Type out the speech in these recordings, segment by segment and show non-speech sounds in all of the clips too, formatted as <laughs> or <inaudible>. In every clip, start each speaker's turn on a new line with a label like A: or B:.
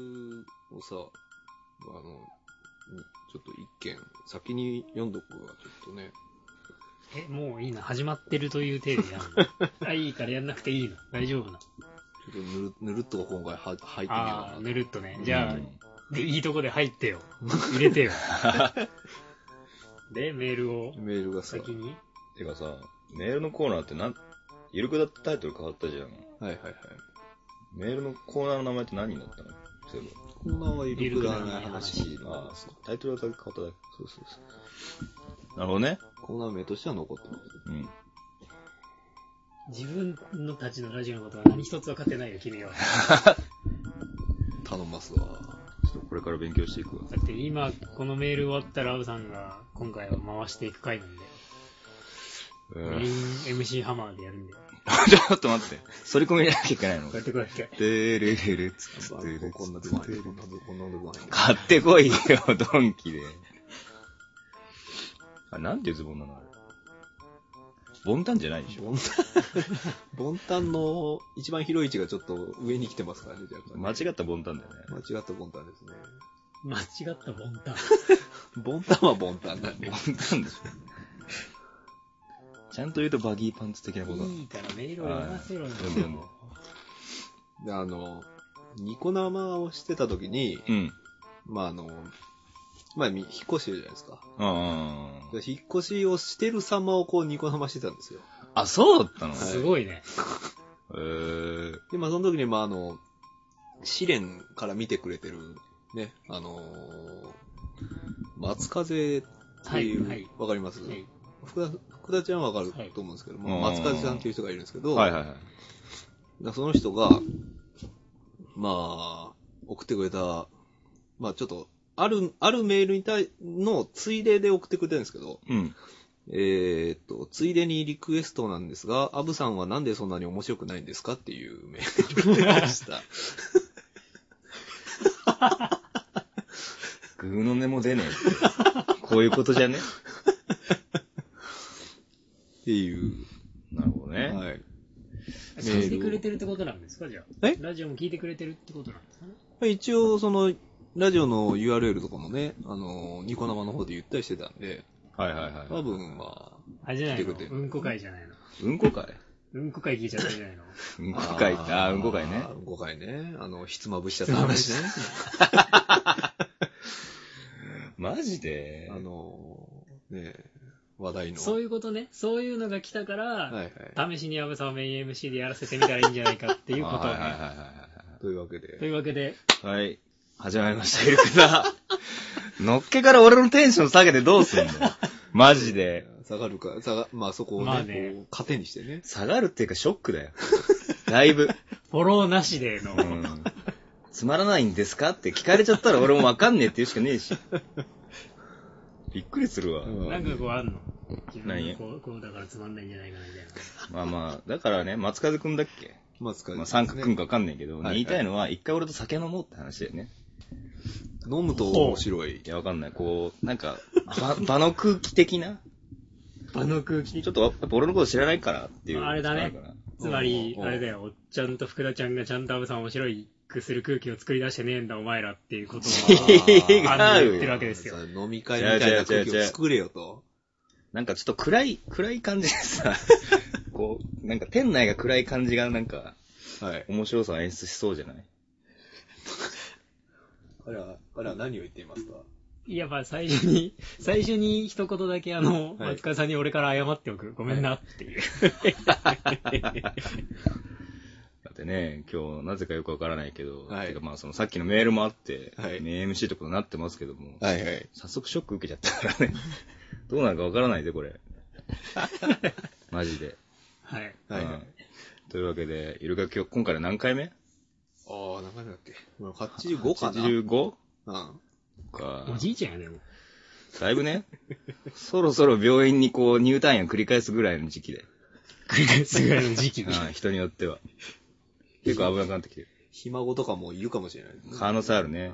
A: さ、あの、ちょっと一件、先に読んどくわ、ちょっとね。
B: え、もういいな。始まってるという体でやるの。あ、いいからやんなくていいの。大丈夫な。
A: ちょっとぬるぬるっと今回は入ってみよう
B: あ
A: か
B: あ
A: な。
B: ー、ぬるっとね。じゃあ、
A: うん
B: でいいとこで入ってよ。入れてよ。で、メールを
A: メールがさ、
B: 先に。
C: てかさ、メールのコーナーってなん、ゆるくだってタイトル変わったじゃん。
A: はいはいはい。
C: メールのコーナーの名前って何になったのそういえ
A: こんなんはゆるくだらない
B: ゆ
A: 話
B: る
C: ば。あ
A: なん
C: あ
A: ですよ。、
C: タイトルだけ変わっただ
A: そうそうそう。
C: け。なるほどね。
A: コーナー名としては残ってます。
C: うん。
B: 自分のたちのラジオのことは何一つ分かってないよ、君は。
A: 頼ますわ。
C: ちょっとこれから勉強していくわ。
B: だって今、このメール終わったら、アブさんが今回は回していく回なんで、
C: う
B: メイン MC ハマーでやるんで。こ
C: ちょっと待って。反り込み入れなきゃいけないの
B: うやってこうやって。
C: でれれれつつ
A: こ
C: てれつ
A: んな
C: つ
A: とこ
C: てれ
A: こんなとここんなとこない。
C: 買ってこいよ、ドンキで。あ、なんていうズボンなのあれ。ボンタンじゃないでしょ
A: ボンタン、ボンタンの一番広い位置がちょっと上に来てますからね、若干ね
C: 間違ったボンタンだよね。
A: 間違ったボンタンですね。
B: 間違ったボンタン。
A: ボンタンはボンタンなんで
C: ボ。ンタンでしょ。ちゃんと言うとバギーパンツ的なこと
B: いいからメールを読ませろよ。
C: 読んで読んで
A: で、あの、ニコ生をしてた時に、
C: うん。
A: まああの、まあみ引っ越してるじゃないですか。
C: あ
A: で引っ越しをしてる様をこうニコ生してたんですよ。
C: あ。あ、そうだったの
B: すごいね。
C: えー、
A: で、まあその時に、まああの、試練から見てくれてる、ね、あのー松風っていう、わ、
B: はいはい
A: かります、
B: はい
A: 福田福田ちゃんはわかると思うんですけど、まあ
C: はい
A: 松風さんっていう人がいるんですけど、
C: はいはいはい。
A: だその人が、まあ、送ってくれた、まあちょっと、ある、あるメールに対、のついでで送ってくれてるんですけど、
C: うん。
A: えーっと、ついでにリクエストなんですが、アブさんはなんでそんなに面白くないんですかっていうメールでした。
C: グーの音も出ね <laughs> えって。こういうことじゃね
A: っていう。
C: なるほどね。
A: はい。
B: あ聞いてくれてるってことなんですかじゃあ。
A: え
B: ラジオも聞いてくれてるってことなんですかね
A: 一応、その、ラジオの URL とかもね、あの、ニコ生の方で言ったりしてたんで、
C: はいはいはい。
A: 多分ま
B: あ、じゃない
A: 聞
B: の
A: いてくれて
B: うんこ会じゃないの。
C: うんこ会
B: うんこ会聞いちゃったじゃないの。
C: うんこ
A: あ、
C: 会って、あーうんこ会ね
A: あ。ーうんこ会ね。あの、ひつまぶしちゃった話ね。
C: マジで
A: あの、ね話題の。
B: そういうことね。そういうのが来たから、
A: はいはい。
B: 試しに安部さんをメイン MC でやらせてみたらいいんじゃないかっていうことをね
C: はいはいはい
A: というわけ
B: と
A: で、
B: いうわけで、
C: はいはい。はい。始まりました、ゆるくだ。 <laughs> のっけから俺のテンション下げてどうす <laughs> んのマジで。
A: 下がるか、下が、まあそこをね、
B: まあね
A: こう糧にしてね。
C: 下がるっていうかショック <laughs> だよ。だいぶ。
B: フォローなしでの、
C: うん。つまらないんですかって聞かれちゃったら俺もわかんねえって言うしかねえし。 <laughs> びっくりするわ。
A: うん
B: なんかこうあんの自分
C: 何
B: がこう、こうだからつまんないんじゃないかなみたいな。
C: まあまあ、だからね、松風くんだっけ
A: まあ使
C: まあ、三角くん
A: か。
C: かわかんないけど、
A: はいはい
C: 言いたいのは、一回俺と酒飲もうって話だよね。
A: 飲むと面白い
C: い。や、わかんない。こう、なんか、場 <laughs> 場の空気的な
B: 場の空気
C: ちょっとやっぱ俺のこと知らないからっていう。
B: あれだね
C: 知らないから
B: つまり
A: お、うおう
B: あれだよ、おっちゃんと福田ちゃんがちゃんと安部さんを面白くする空気を作り出してねえんだ、お前らっていうことは、
C: 違う
B: あの言ってるわけですよ
A: そ。う飲み会みたいな空気を作れよと。
C: なんかちょっと暗い、暗い感じで <laughs> さ、こう、なんか店内が暗い感じがなんか、
A: はい。
C: 面白さを演出しそうじゃない
A: あれは、あれは何を言っていますか
B: いや、まあ最初に、 <laughs> 最初に一言だけあの、
A: はい
B: 松川さんに俺から謝っておく。ごめんなっていう。
C: <laughs> だってね、今日なぜかよくわからないけど、
A: はい
C: てかまあそのさっきのメールもあって、
A: はい
C: ね MC とかになってますけども、
A: はいはい。
C: 早速ショック受けちゃった
A: <laughs>
C: からね。どうなるかわからないで、これ。マジで。
B: はい。
A: はい
C: うん
A: はい。
C: というわけで、イルカ今日、今回は何回目
A: ああ、何回目だっけまあ ?85 かな。
C: 85?
A: うん。
C: か。
B: おじいちゃんやね、もう。
C: だいぶね、そろそろ病院にこう入退院を繰り返すぐらいの時
A: <laughs>
C: 期で。
B: 繰り返すぐらいの時期に。
C: うん人によっては。結構危なくなってきてる。
A: ひ孫とかもいるかもしれないですね。
C: 可能性あるね。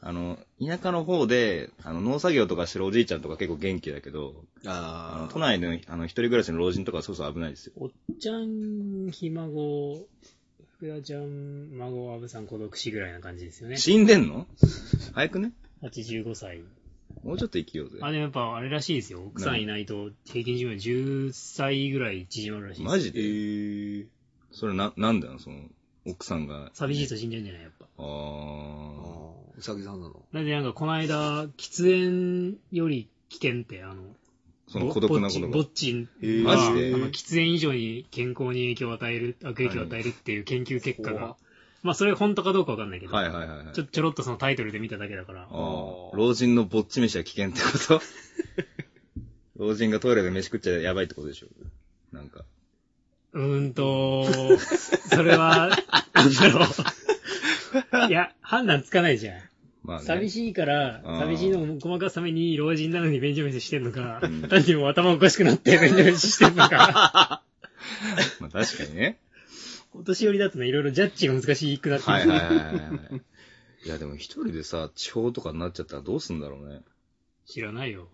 C: あの、田舎の方で、あの、農作業とかしてるおじいちゃんとか結構元気だけど、あの
A: あ
C: 都内の、あの、一人暮らしの老人とかはそろそろ危ないですよ。
B: おっちゃん、ひ孫、福田ちゃん、孫、アブさん、孤独死ぐらいな感じですよね。
C: 死んでんの早くね
B: 85歳。
C: もうちょっと生きようぜ。
B: あ、でもやっぱあれらしいですよ。奥さんいないと平均寿命10歳ぐらい縮まるらしいです。
C: マジ
A: え
C: で、それな、なんだよ、その、奥さんが。
B: 寂しいと死んじゃうんじゃないやっぱ。
A: あ
C: あー。
A: ーうさぎさんなの。
B: だってなんかこの間、喫煙より危険って、あの、
C: その孤独なこ
B: ぼぼ
C: と
B: っちん
A: へー
B: ぼっちん
C: マジで
B: あの喫煙以上に健康に影響を与える、悪影響を与えるっていう研究結果
A: 怖っ
B: が、まあそれ本当かどうかわかんないけど、
C: が。はいはいはいはい。
B: ちょちょろっとそのタイトルで見ただけだから
C: あ、ー老人のぼっち飯は危険ってこと <laughs> 老人がトイレで飯食っちゃやばいってことでしょなんか。
B: うーんと、それ
C: <laughs>
B: は、なんだろう。いや、判断つかないじゃん。
C: まあね。
B: 寂しいから、
C: うん
B: 寂しいのをごまかすために老人なのに便所飯してんのか
C: うん、
B: 単にもう頭おかしくなって便所飯してんの
C: <laughs>
B: か、
C: まあ確かにね。
B: お年寄りだとね、いろいろジャッジが難しくなってくる
C: はいはいはいはいはい。いやでも一人でさ、地方とかになっちゃったらどうすんだろうね。
B: 知らないよ。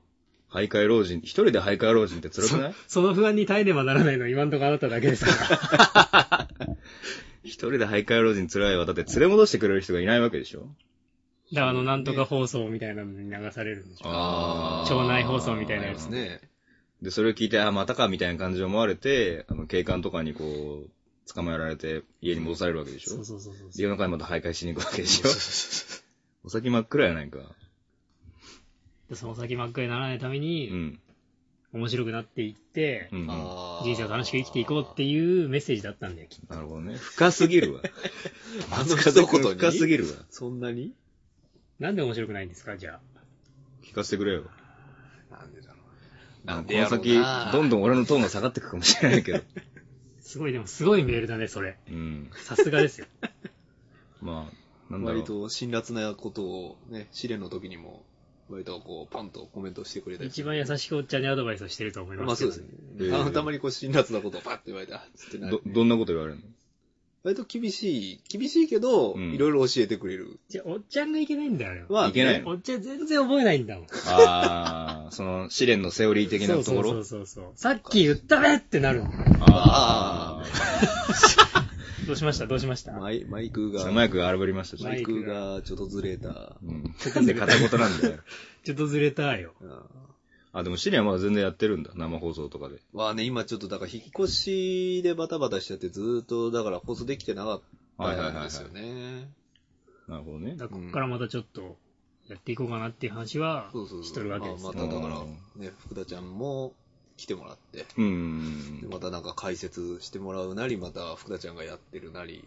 C: 徘徊老人、一人で徘徊老人って辛くない
B: その不安に耐えねばならないのは今んとこあなただけですから。
C: 一人で徘徊老人辛いわ。だって連れ戻してくれる人がいないわけでしょ
B: だからあの、なんとか放送みたいなのに流されるんでしょ。
A: あ
B: ー町内放送みたいな
A: で
B: や
A: す
B: つ
A: ね。
C: で、それを聞いて、あ、またか、みたいな感じで思われて、あの、警官とかにこう、捕まえられて、家に戻されるわけでしょ
B: そうそうそうそう
C: で夜中にまた徘徊しに行くわけでしょお先真っ暗やないか。
B: でその先真っ暗にならないため
C: う
B: に、
C: ん。
B: 面白くなっていって、
C: うん、うん。な
A: あー
B: 人生を楽しく生きていこうっていうメッセージだったんだよ、きっと。
C: るほどね。深すぎ
B: <laughs>
C: るわ。
A: あの
C: 松
A: 一
C: 風
A: 言
C: 君
A: に
C: 深すぎるわ。
A: そんなに
B: なんで面白くないんですか、じゃあ。
C: 聞かせてくれよ。
A: なんでだろう。
C: あ
A: な
C: の
A: ん
C: こ
A: でや
C: の
A: ろう
C: 先
A: な、
C: どんどん俺のトーンが下がってくかもしれない
A: <laughs>
C: けど。
B: すごい、でもすごいメールだね、それ。
C: うん。
B: さすがですよ。
C: まあ、なんだろ
A: 割
C: う。
A: と辛辣なことをね、試練の時にも、割とこう、パンとコメントしてくれたり。
B: <laughs> 一番優しくおっちゃんにアドバイスをしてると思い
A: ま
B: ま
A: あ
B: す
A: そ
B: け
A: うで
B: ど
A: すね。
C: ええ
A: あのたまにこう辛辣なことをパッて言われた。つってな
C: ど、どんなこと言われるの
A: 割と厳しい、厳しいけど、
C: うん
A: いろいろ教えてくれる。
B: じゃあ、おっちゃんがいけないんだよ、あれは
A: まあ、
C: いけない
A: ね
B: おっちゃん全然覚えないんだもん。
C: あ <laughs> あ、その、試練のセオリー的なとこ
B: そ
C: ろ
B: うそうそうそう。さっき言ったべってなるの
C: あ
B: どうしましたどうしました
A: マイマイク
C: あ。
A: が、
C: マイクが荒ぶりましたし
A: マ。イクがちょっとずれた。
C: うん。なんで片言なんだよ。
B: ちょっとずれたよ。
A: うん
C: あ、でも試練はまだ全然やってるんだ。生放送とかで。
A: まあね、今ちょっとだから引っ越しでバタバタしちゃってずーっとだから放送できてなかったんですよね。
C: なるほどね。
B: だからこっからまたちょっとやっていこうかなっていう話は
A: そうそう
B: し
A: そ
B: と
A: う。
B: るわけです
A: まあ
B: よ。
A: まただから、ね、福田ちゃんも来てもらって、
C: う
A: で
C: ん。
A: またなんか解説してもらうなり、また福田ちゃんがやってるな
C: <laughs>
A: り、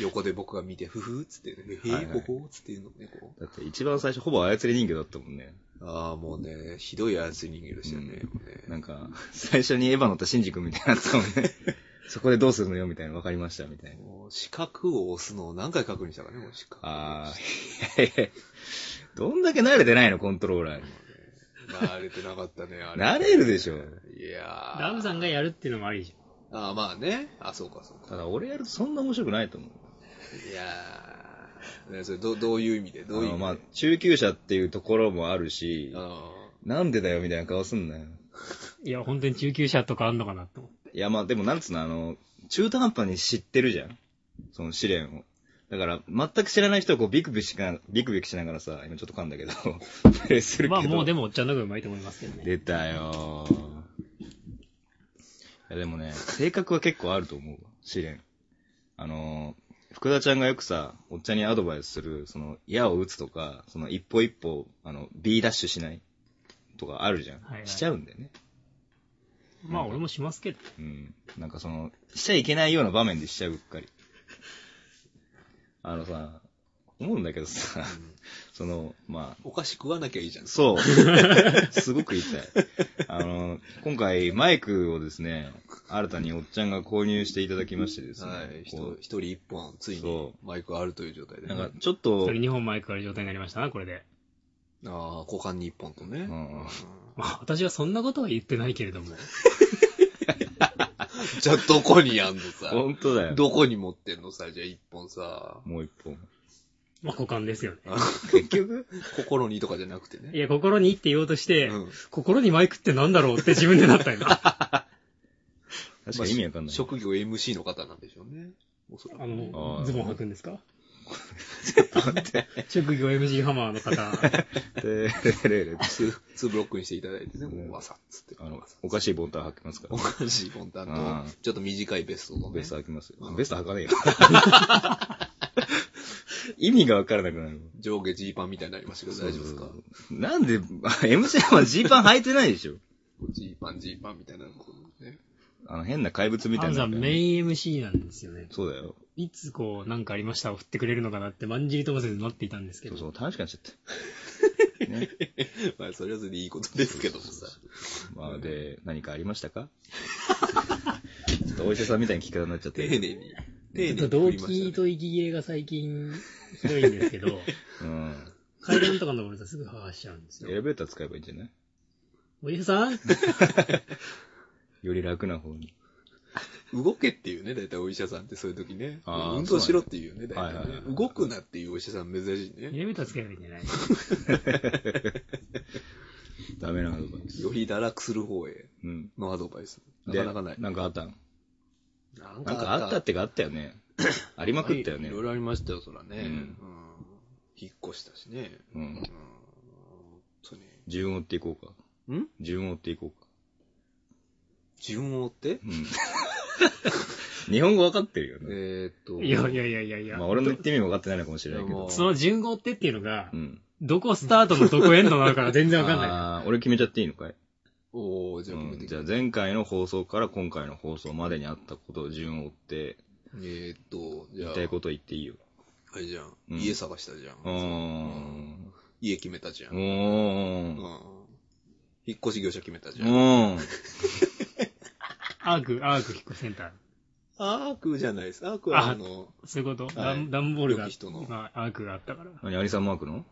A: 横で僕が見て、ふふーっつってね、へ
C: はい
A: ー
C: はい
A: ここっつっていうのね、こ
C: だって一番最初ほぼ操り人形だったもんね。
A: う。ああ、もうね、ひどい操り人形でしたよね。もうね
C: なんか、最初にエヴァ乗ったシンジ君みたいになったもん
A: <laughs>
C: ね。そこでどうするのよみたいな、わかりましたみたいな。
A: もう四角を押すのを何回確認したかね、もう四角を
C: あ
A: 押
C: あ
A: して。、
C: いやいやどんだけ慣れてないの、コントローラーに。
A: 慣れてなかったね、あれ。
C: 慣れるでしょ。
A: いやー
B: ラブさんがやるっていうのもありじ
A: ああ、まあね。あ、そうか、そう
C: た
A: か。
C: だ俺やるとそんな面白くないと思う。
A: いやーねそれど、どういう意味でどういう
C: あ
A: 意味
C: の
A: で
C: まあ、中級者っていうところもあるし、
A: あ
C: なんでだよみたいな顔すんなよ。
B: ゃん。いや、本当に中級者とかあんのかなと思って。
C: いや、まあでもなんつうの、あの、中途半端に知ってるじゃん。その試練を。だから、全く知らない人をこうビクビクしな、ビクビクしながらさ、今ちょっと噛んだけど、 <laughs> プレイするけど。
B: まあもうでもおっちゃんの方がうまいと思いますけどね。
C: 出たよーいやでもね、性格は結構あると思うわ、試練。あのー、福田ちゃんがよくさ、おっちゃんにアドバイスする、その、矢を打つとか、その、一歩一歩、あの、B ダッシュしないとかあるじゃん。
B: はいはい
C: しちゃうんだよね。
B: まあ俺もしますけど。
C: うん。なんかその、しちゃいけないような場面でしちゃううっかり。あのさ、思うんだけどさ、 <laughs> その、まあ、
A: お菓子食わなきゃいいじゃん。 <laughs>
C: そう。すごく痛い。あの、今回マイクをですね、新たにおっちゃんが購入していただきましてですね。
A: はい。
C: こ
A: 人
C: う
A: 一人一本、ついに
C: そ
A: マイクあるという状態でね。
C: なん
A: あ
C: かちょっと、
B: それ2本マイクある状態になりましたな、これで。
A: あ、股間に一本とね。
C: うん
B: まあ私はそんなことは言ってないけれども。
A: <laughs> じゃあ、どこにあんのさ。
C: 本当だよ。
A: どこに持ってんのさ。じゃあ、一本さ。
C: もう一本。
B: まあ股間ですよね。
C: 結局、
A: 心にとかじゃなくて
B: い
A: ね。
B: や、心にって言おうとして、
A: うん
B: 心にマイクってなんだろうって自 <laughs> 分でなった今。
C: 確かに意味わかんない。
A: 職業 MC の方なんでしょうね。おそらく。
B: あ
C: あー
B: の、ズボン履くんですか
C: 待って。
B: <laughs> 職業 MG ハマーの方。
C: で、れれ
A: <laughs>
C: れ
A: ツーツーブロックにしていただいてね、
C: ね
A: もうわさっつって。
C: あの
A: わさ、
C: おかしいボンタン履きますから
A: お。かしいボンタ
C: あ
A: ン
C: ー
A: と、ちょっと短いベストのね。
C: ベスト履きますよ
A: う。ん
C: ベスト履かねえよ。意味がわからなくなる。
A: 上下ジーパンみたいになりましたけど、大丈夫ですか
C: そうそうそうなんで、あ MC はジーパン履いてないでしょ。
A: ジーパン、ジーパンみたいなのこうね。
C: あの、変な怪物みた
B: ハ
C: い
B: ンさ
C: な。
B: んメイン MC なんですよね。
C: そうだよ。
B: いつこう、なんかありましたを振ってくれるのかなって、まんじりともせず待っていたんですけ
C: そ
B: ど。
C: うそう、楽しくなっちゃった。
A: まあ、それはそれでいいことですけどもさ。
C: まあ、で、何かありましたか <laughs> ちょっとお医者さんみたいな聞き方になっちゃっ
A: 丁
C: て。
A: 寧に。
B: ちょ
A: 丁寧
B: っ
A: に振
B: と
A: りま
B: 動
A: し
B: 機
A: たね。
B: と息切れが最近ひどいんですけど、
C: うん。
B: 階段とか登るとすぐ剥がしちゃうんです
C: エレ
B: よ。
C: ベーター使えばいいんじゃない
B: おじ
C: <laughs>
B: さん
C: より楽な方に。
A: 動けっていうね、大体お医者さんってそういう時ね。
C: あー
A: 運動しろっていうね、
C: そうなん
A: 大
C: だ
A: 体
C: はいはい
A: ね
C: は。い
A: 動くなっていうお医者さん珍しい
B: エ
A: ね。
B: レベーターつければいいんじゃない
C: ダメなアドバイス。
A: より堕落する方へ
C: うん。
A: のアドバイス。な
C: で
A: かなかない。
C: なんかあったん
A: なん
C: なんかあったってかあった
A: <coughs>
C: よね。ありまくったよね
A: い。ろいろありましたよ、そらね。
C: うん
A: うん引っ越したしね。
C: う
A: うん
C: ん。
A: 本当に。
C: 順を追っていこうか。
A: ん
C: 順を追っていこうか。
A: 順を追って
C: うん。
A: <laughs>
C: 日本語わかってるよね。
A: えーっと。
B: いやいやいやいやいや。
C: まあ俺の言ってみも分かってないのかもしれないけ
A: いやも
C: ど。
B: その順号ってっていうのが
C: う、ん。
B: どこスタートのどこエンドなのかが全然わかんない。
C: あー俺決めちゃっていいのかい
A: おー、じゃあ、
C: うん
A: 決めて
C: じゃあ前回の放送から今回の放送までにあったことを順を追って、
A: えーっと、じゃあ
C: 言いた、いこと言っていいよ。
A: あれじゃん。
C: うん
A: 家探したじゃ
C: うー
A: ん。
C: ん。
A: 家決めたじゃ。
C: うん
A: う
C: ー
A: ん
C: ん。
A: 引っ越し業者決めたじ
C: う
A: ゃん。
C: ーん。
B: アーク、アーク引っ越しセンター。
A: アークじゃないです。アークは、
B: あ
A: あの、
B: そういうこと
A: は
B: ダ
A: い
B: ンダンボールが
A: 良き人の、
B: まあアークがあったから。
C: 何、アリさんマークの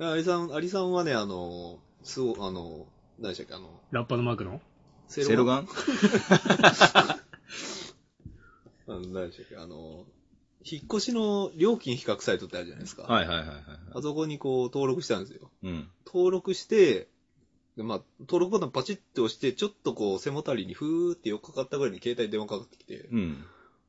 A: アリさん、アリさんはね、あの、そう、あの、何でしたっけ、あの、
B: ラッパのマークの
A: セ
C: セロガン
A: あの、何でしたっけ、あの、引っ越しの料金比較サイトってあるじゃないですか。
C: はいはいはいはい。
A: あそこにこう、登録したんですよ。
C: うん。
A: 登録して、でまあ、登録ボタンパチッと押して、ちょっとこう、背もたれにふーってよっかかったぐらいに携帯に電話かかってきて、
C: うん。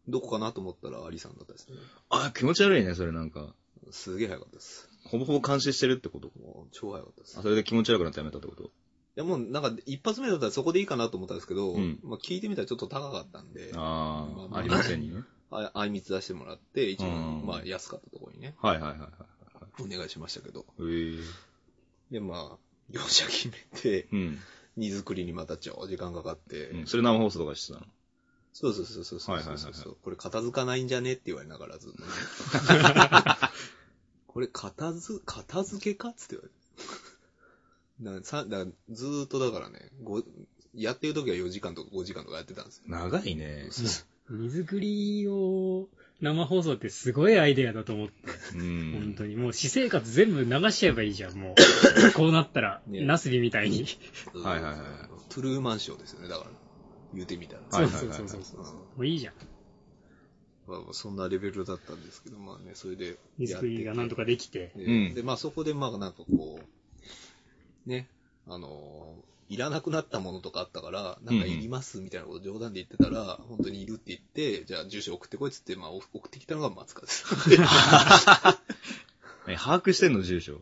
A: どこかなと思ったらアリさんだったですね。
C: あ、気持ち悪いね、それなんか。
A: すげえ早かったです。
C: ほぼほぼ監視してるってこと
A: もう、超早かったです。
C: あ、
A: い
C: それで気持ち悪くなってやめたってこと
A: や、もうなんか、一発目だったらそこでいいかなと思ったんですけど、
C: うん
A: まあ聞いてみたらちょっと高かったんで、あ
C: あ
A: まあ
C: あ、
A: まあ
C: ありませんね。
A: ああいみつ出してもらって、一番、
C: うん
A: まあ、安かったところにね、
C: はいはいはいはい。
A: お願いしましたけど。
C: えー、
A: で、まあ、業者決めて、 <laughs>
C: うん。
A: 荷造りにまた超時間かかって、
C: うん。それ生放送とかしてたの
A: そうそうそうそうそうそうそう、
C: はいはいはいは
A: これ片付かないんじゃねって言われながらずっとね、
C: <laughs>
A: これ片付、片付けかっつって言われて。なさだずーっとだからね、ごやってる時は4時間とか5時間とかやってたんですよ。
C: 長いね。
B: 荷造りを生放送ってすごいアイデアだと思って、
C: う
B: 本当
C: ん。
B: に。もう私生活全部流しちゃえばいいじゃん、も
C: <laughs>
B: う。こうなったら、
A: ね
B: ナスビみたいに。
C: はいはいはい
A: トゥルーマンションですよね、だから。言うてみたら。
C: は
B: そ
C: いうはいはい
B: そうそうそう
A: う
B: そ
A: ん
B: う。もういいじゃん。
A: まあまあ、そんなレベルだったんですけど、まあね、それで
B: 荷造りがなんとかできて。
A: で、
C: うん
A: でまあそこでまあなんかこう、ね、あのーいらなくなったものとかあったから、なんかいりますみたいなこと冗談で言ってたら、本当にいるって言って、じゃあ住所送ってこいっつって、まあお送ってきたのが松川です。 <laughs>
C: え、把握してんの、住所。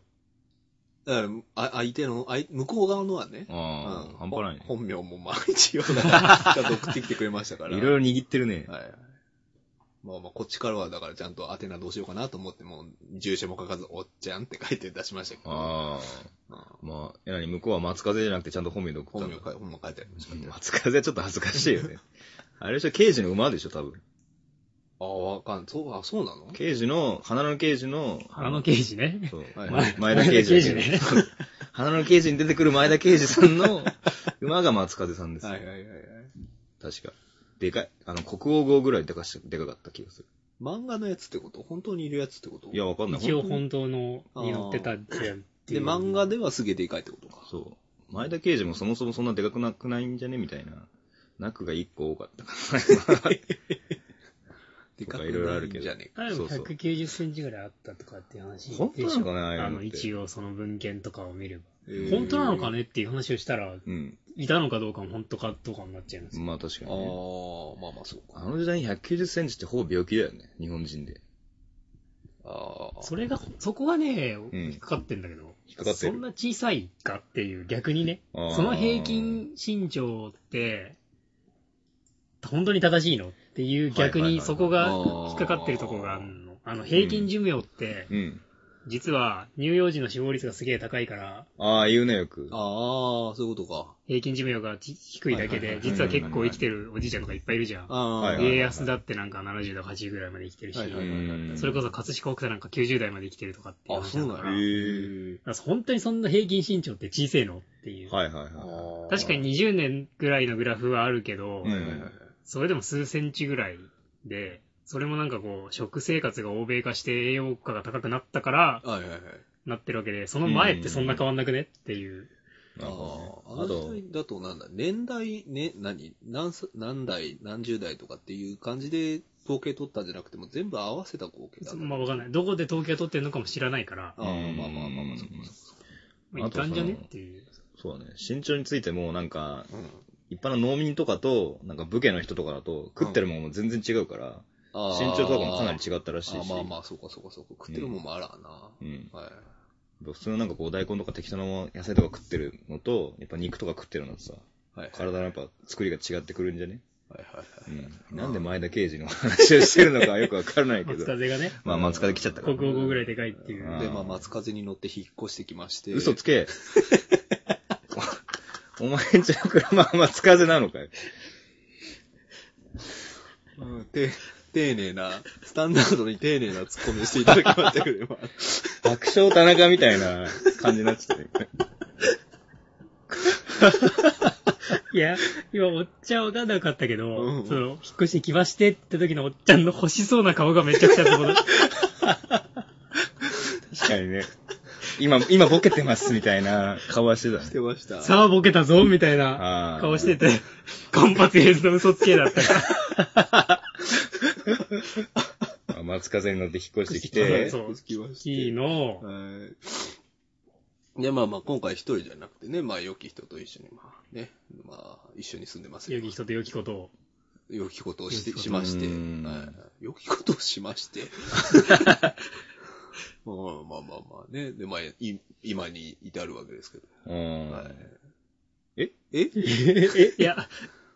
A: だから、あ相手の、あい向こう側のはね、
C: あ
A: うん
C: あ、半端ないね。
A: 本名もまあ一応だから、ちゃんと送ってきてくれましたから。
C: いろいろ握ってるね。
A: はい。まあまあ、こっちからはだからちゃんと宛名どうしようかなと思って、もう住所も書かず、おっちゃんって書いて出しましたけど。
C: ああ。
A: うん
C: まあ、え、なに、向こうは松風じゃなくてちゃんと本名で送った
A: 本
C: ん
A: 名
C: だ
A: 書い本名書いてありましたけど。
C: 松風はちょっと恥ずかしいよね。あれでしょ、刑事の馬でしょ、多分。
A: ああ、わかん、そう、あ、そうなの
C: 刑事の、花の刑事の、
B: 花の刑事ね。
C: そう、
A: はい
C: 前前田刑事だけど
B: 前田刑
C: 花の刑事に出てくる前田刑事さんの馬が松風さんですよ。
A: はいはいはいはい。
C: 確か。でかい。あの、国王号ぐらいでかしでかかった気がする。
A: 漫画のやつってこと本当にいるやつってこと
C: いや、わかんない。
B: 一応
C: 本当に
B: 本当のに載ってたってやってい
A: で、
B: う
A: 漫画ではすげえでかいってことか。
C: そう。前田刑事もそもそもそんなでかくなくないんじゃねみたいな。ナックが一個多かったから。
A: でかく
C: とかいろいろある
A: ない
C: けど
A: んじゃねえか。
B: あれ
C: そ
B: も
C: うそう
B: 190センチぐらいあったとかっていう話でしょ。
C: 本当なのかなああいう
B: あ
C: のっ
B: の、
C: て
B: 一応その文献とかを見れば。本当なのかねっていう話をしたら、
C: <laughs> うん。
B: いたのかどうかも本当かどうかになっちゃいます。
C: まあ確か
A: ああ
C: に、ね。
A: ー、まあまあそう
C: あ
A: か。
C: の時代に190センチってほぼ病気だよね。日本人で。
A: ああ。
B: それが、そこがね、
C: ん
B: 引っかかってんだけど、
C: 引っかかってる
B: そんな小さいかっていう、逆にね、
C: あー
B: その平均身長って、本当に正しいのっていう逆
C: はいはいはい
B: に
C: はい
B: そこが
A: あー
B: 引っかかってるとこがあるの。あの、平均寿命って、
C: うん。
B: 実は乳幼児の死亡率がすげえ高いから、
C: ああ、言うねよく。
A: ああ、そういうことか。
B: 平均寿命がち低いだ
A: は
B: け
A: いはい
B: で
A: は、い
B: 実は結構生きてるおじいちゃんとかいっぱいいるじゃん。
A: ああ
C: は
A: ー、
C: いは
B: 家
C: い
B: 康だってなんか70代、80ぐらいまで生きてるし、
A: はいはい
C: うん
B: それこそ葛飾奥さんなんか90代まで生きてるとかっていう
A: あ、
B: 話
A: そう
B: だ
A: な
B: か
A: ん
B: ら
A: や。
C: へえ
A: へえ
B: だから本当にそんな平均身長って小せえのっていう。
C: はいはい
A: あ
C: は
A: ー
B: 確か。に20年ぐらいのグラフはあるけど、
C: う
A: は
C: ん
A: いはいはい
B: それでも数センチぐらいで、それもなんかこう、食生活が欧米化して栄養価が高くなったから、
A: はいはいはい。
B: なってるわけで、その前ってそんな変わんなくねっていう。
C: い。
A: あ
C: なるほ
A: あ、あ
C: ど
A: の
C: ね。あ
A: 時
C: と、
A: 代だとなんだ、年代、ね、何、何す、何代、何十代とかっていう感じで統計取ったんじゃなくても全部合わせた統計だ
B: まあわかんない。どこで統計を取ってるのかも知らないか
A: あ
B: ら、
A: あ、まあまあまあまあ、そうか
B: まあ、いかんじゃねっていう。
C: そうだね。身長についても、なんか、
A: そうか。うん。
C: 一般の農民とかと、なんか武家の人とかだと、食ってるもんも全然違うから、
A: あー
C: 身長とかもかなり違ったらし
A: あ
C: い
A: ー
C: し。
A: まあまあ、そうかそうかそうか。食ってるもんもあらな。
C: うん。
A: はい。
C: 普通のなんかこう大根とか適当なもん野菜とか食ってるのと、やっぱ肉とか食ってるのとさ、
A: はい。はい
C: 体のやっぱ作りが違ってくるんじゃね
A: はいは
C: う
A: い。
C: ん。なんで前田刑事の話をしてるのかよくわからない
B: <laughs>
C: け
B: 松
C: ど。
B: 風がね、
C: まあ松風来ちゃったから
B: 国。語語ぐらいでかいっていう。
C: うん
A: で、まあ、松風に乗って引っ越してきまして。
C: 嘘つけ。お前んちの車は松風なのかよ。
A: うんて、丁寧な、スタンダードに丁寧なツッコミをしていただき
C: <laughs>
A: ましたけど、今。
C: 爆笑田中みたいな感じになっちゃってる。
B: いや、今、おっちゃんわかんなかったけど、
A: うん
B: その、引っ越してきましてって時のおっちゃんの欲しそうな顔がめちゃくちゃそこで
C: 確かにね。今、今ボケてますみたいな顔はしてたね
A: してました。
B: さあ、ボケたぞ、みたい
C: あ
B: な
C: ー
B: 顔して <laughs> て、間髪入れずの嘘つけ <laughs> だったから。
C: まあ松風に乗って引っ越してき
A: は
C: て
A: い、
B: そう
A: 引っ越してきまして
B: キーの、
A: はい。で、まあまあ、今回一人じゃなくてね、まあ、良き人と一緒に、まあね、まあ、一緒に住んでますよ
B: 良き人と良きことを。
A: 良きことをし
B: 良
A: て、
B: きこと
A: しまして、
C: うん
A: はい。良きことをしまして。
C: <laughs>
A: まあまあまあまあね。で、まあ、い今に至るわけですけど。
C: うん
A: はい。
C: え
A: え
B: え、いや、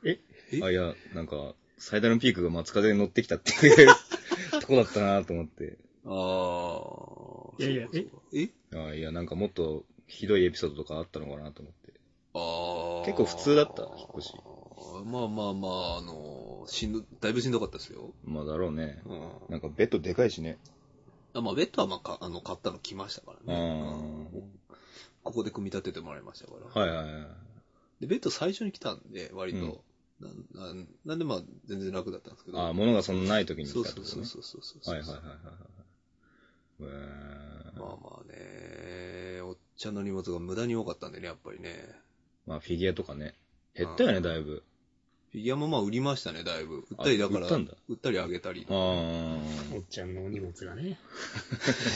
A: え
C: あ、いや、なんか、最大のピークが松風に乗ってきたっていう
B: <laughs>
C: とこだったなと思って。
A: ああ。
B: いやいや
A: そうかそうかえ
C: あいや、なんかもっとひどいエピソードとかあったのかなと思って。
A: ああ。
C: 結構普通だった引っ越し
A: まあまあまあ、あの、しんど、だいぶしんどかったですよ。
C: まあだろうね。
A: うん。
C: なんかベッドでかいしね。
A: あまあ、ベッドはまあか、あの、買ったの来ましたからね。
C: あー
A: うんここで組み立ててもらいましたから。
C: はいはいはい。
A: で、ベッド最初に来たんで、割と。なんなんなんでまあ、全然楽だったんですけど。
C: あ物がそんなない時に来
A: そう
C: たって
A: そ
C: こ
A: う
C: と
A: そう
C: ね。
A: そうそうそう
C: はいはいはいはいはい。えー
A: まあまあね、おっちゃんの荷物が無駄に多かったんでね、やっぱりね。
C: まあフィギュアとかね。減ったよね、だいぶ。
A: フィギュアもまあ売りましたね、だいぶ。売ったりだから、
C: あ売ったんだ
A: たりあげたり。
C: ああ
B: おっちゃんのお荷物がね。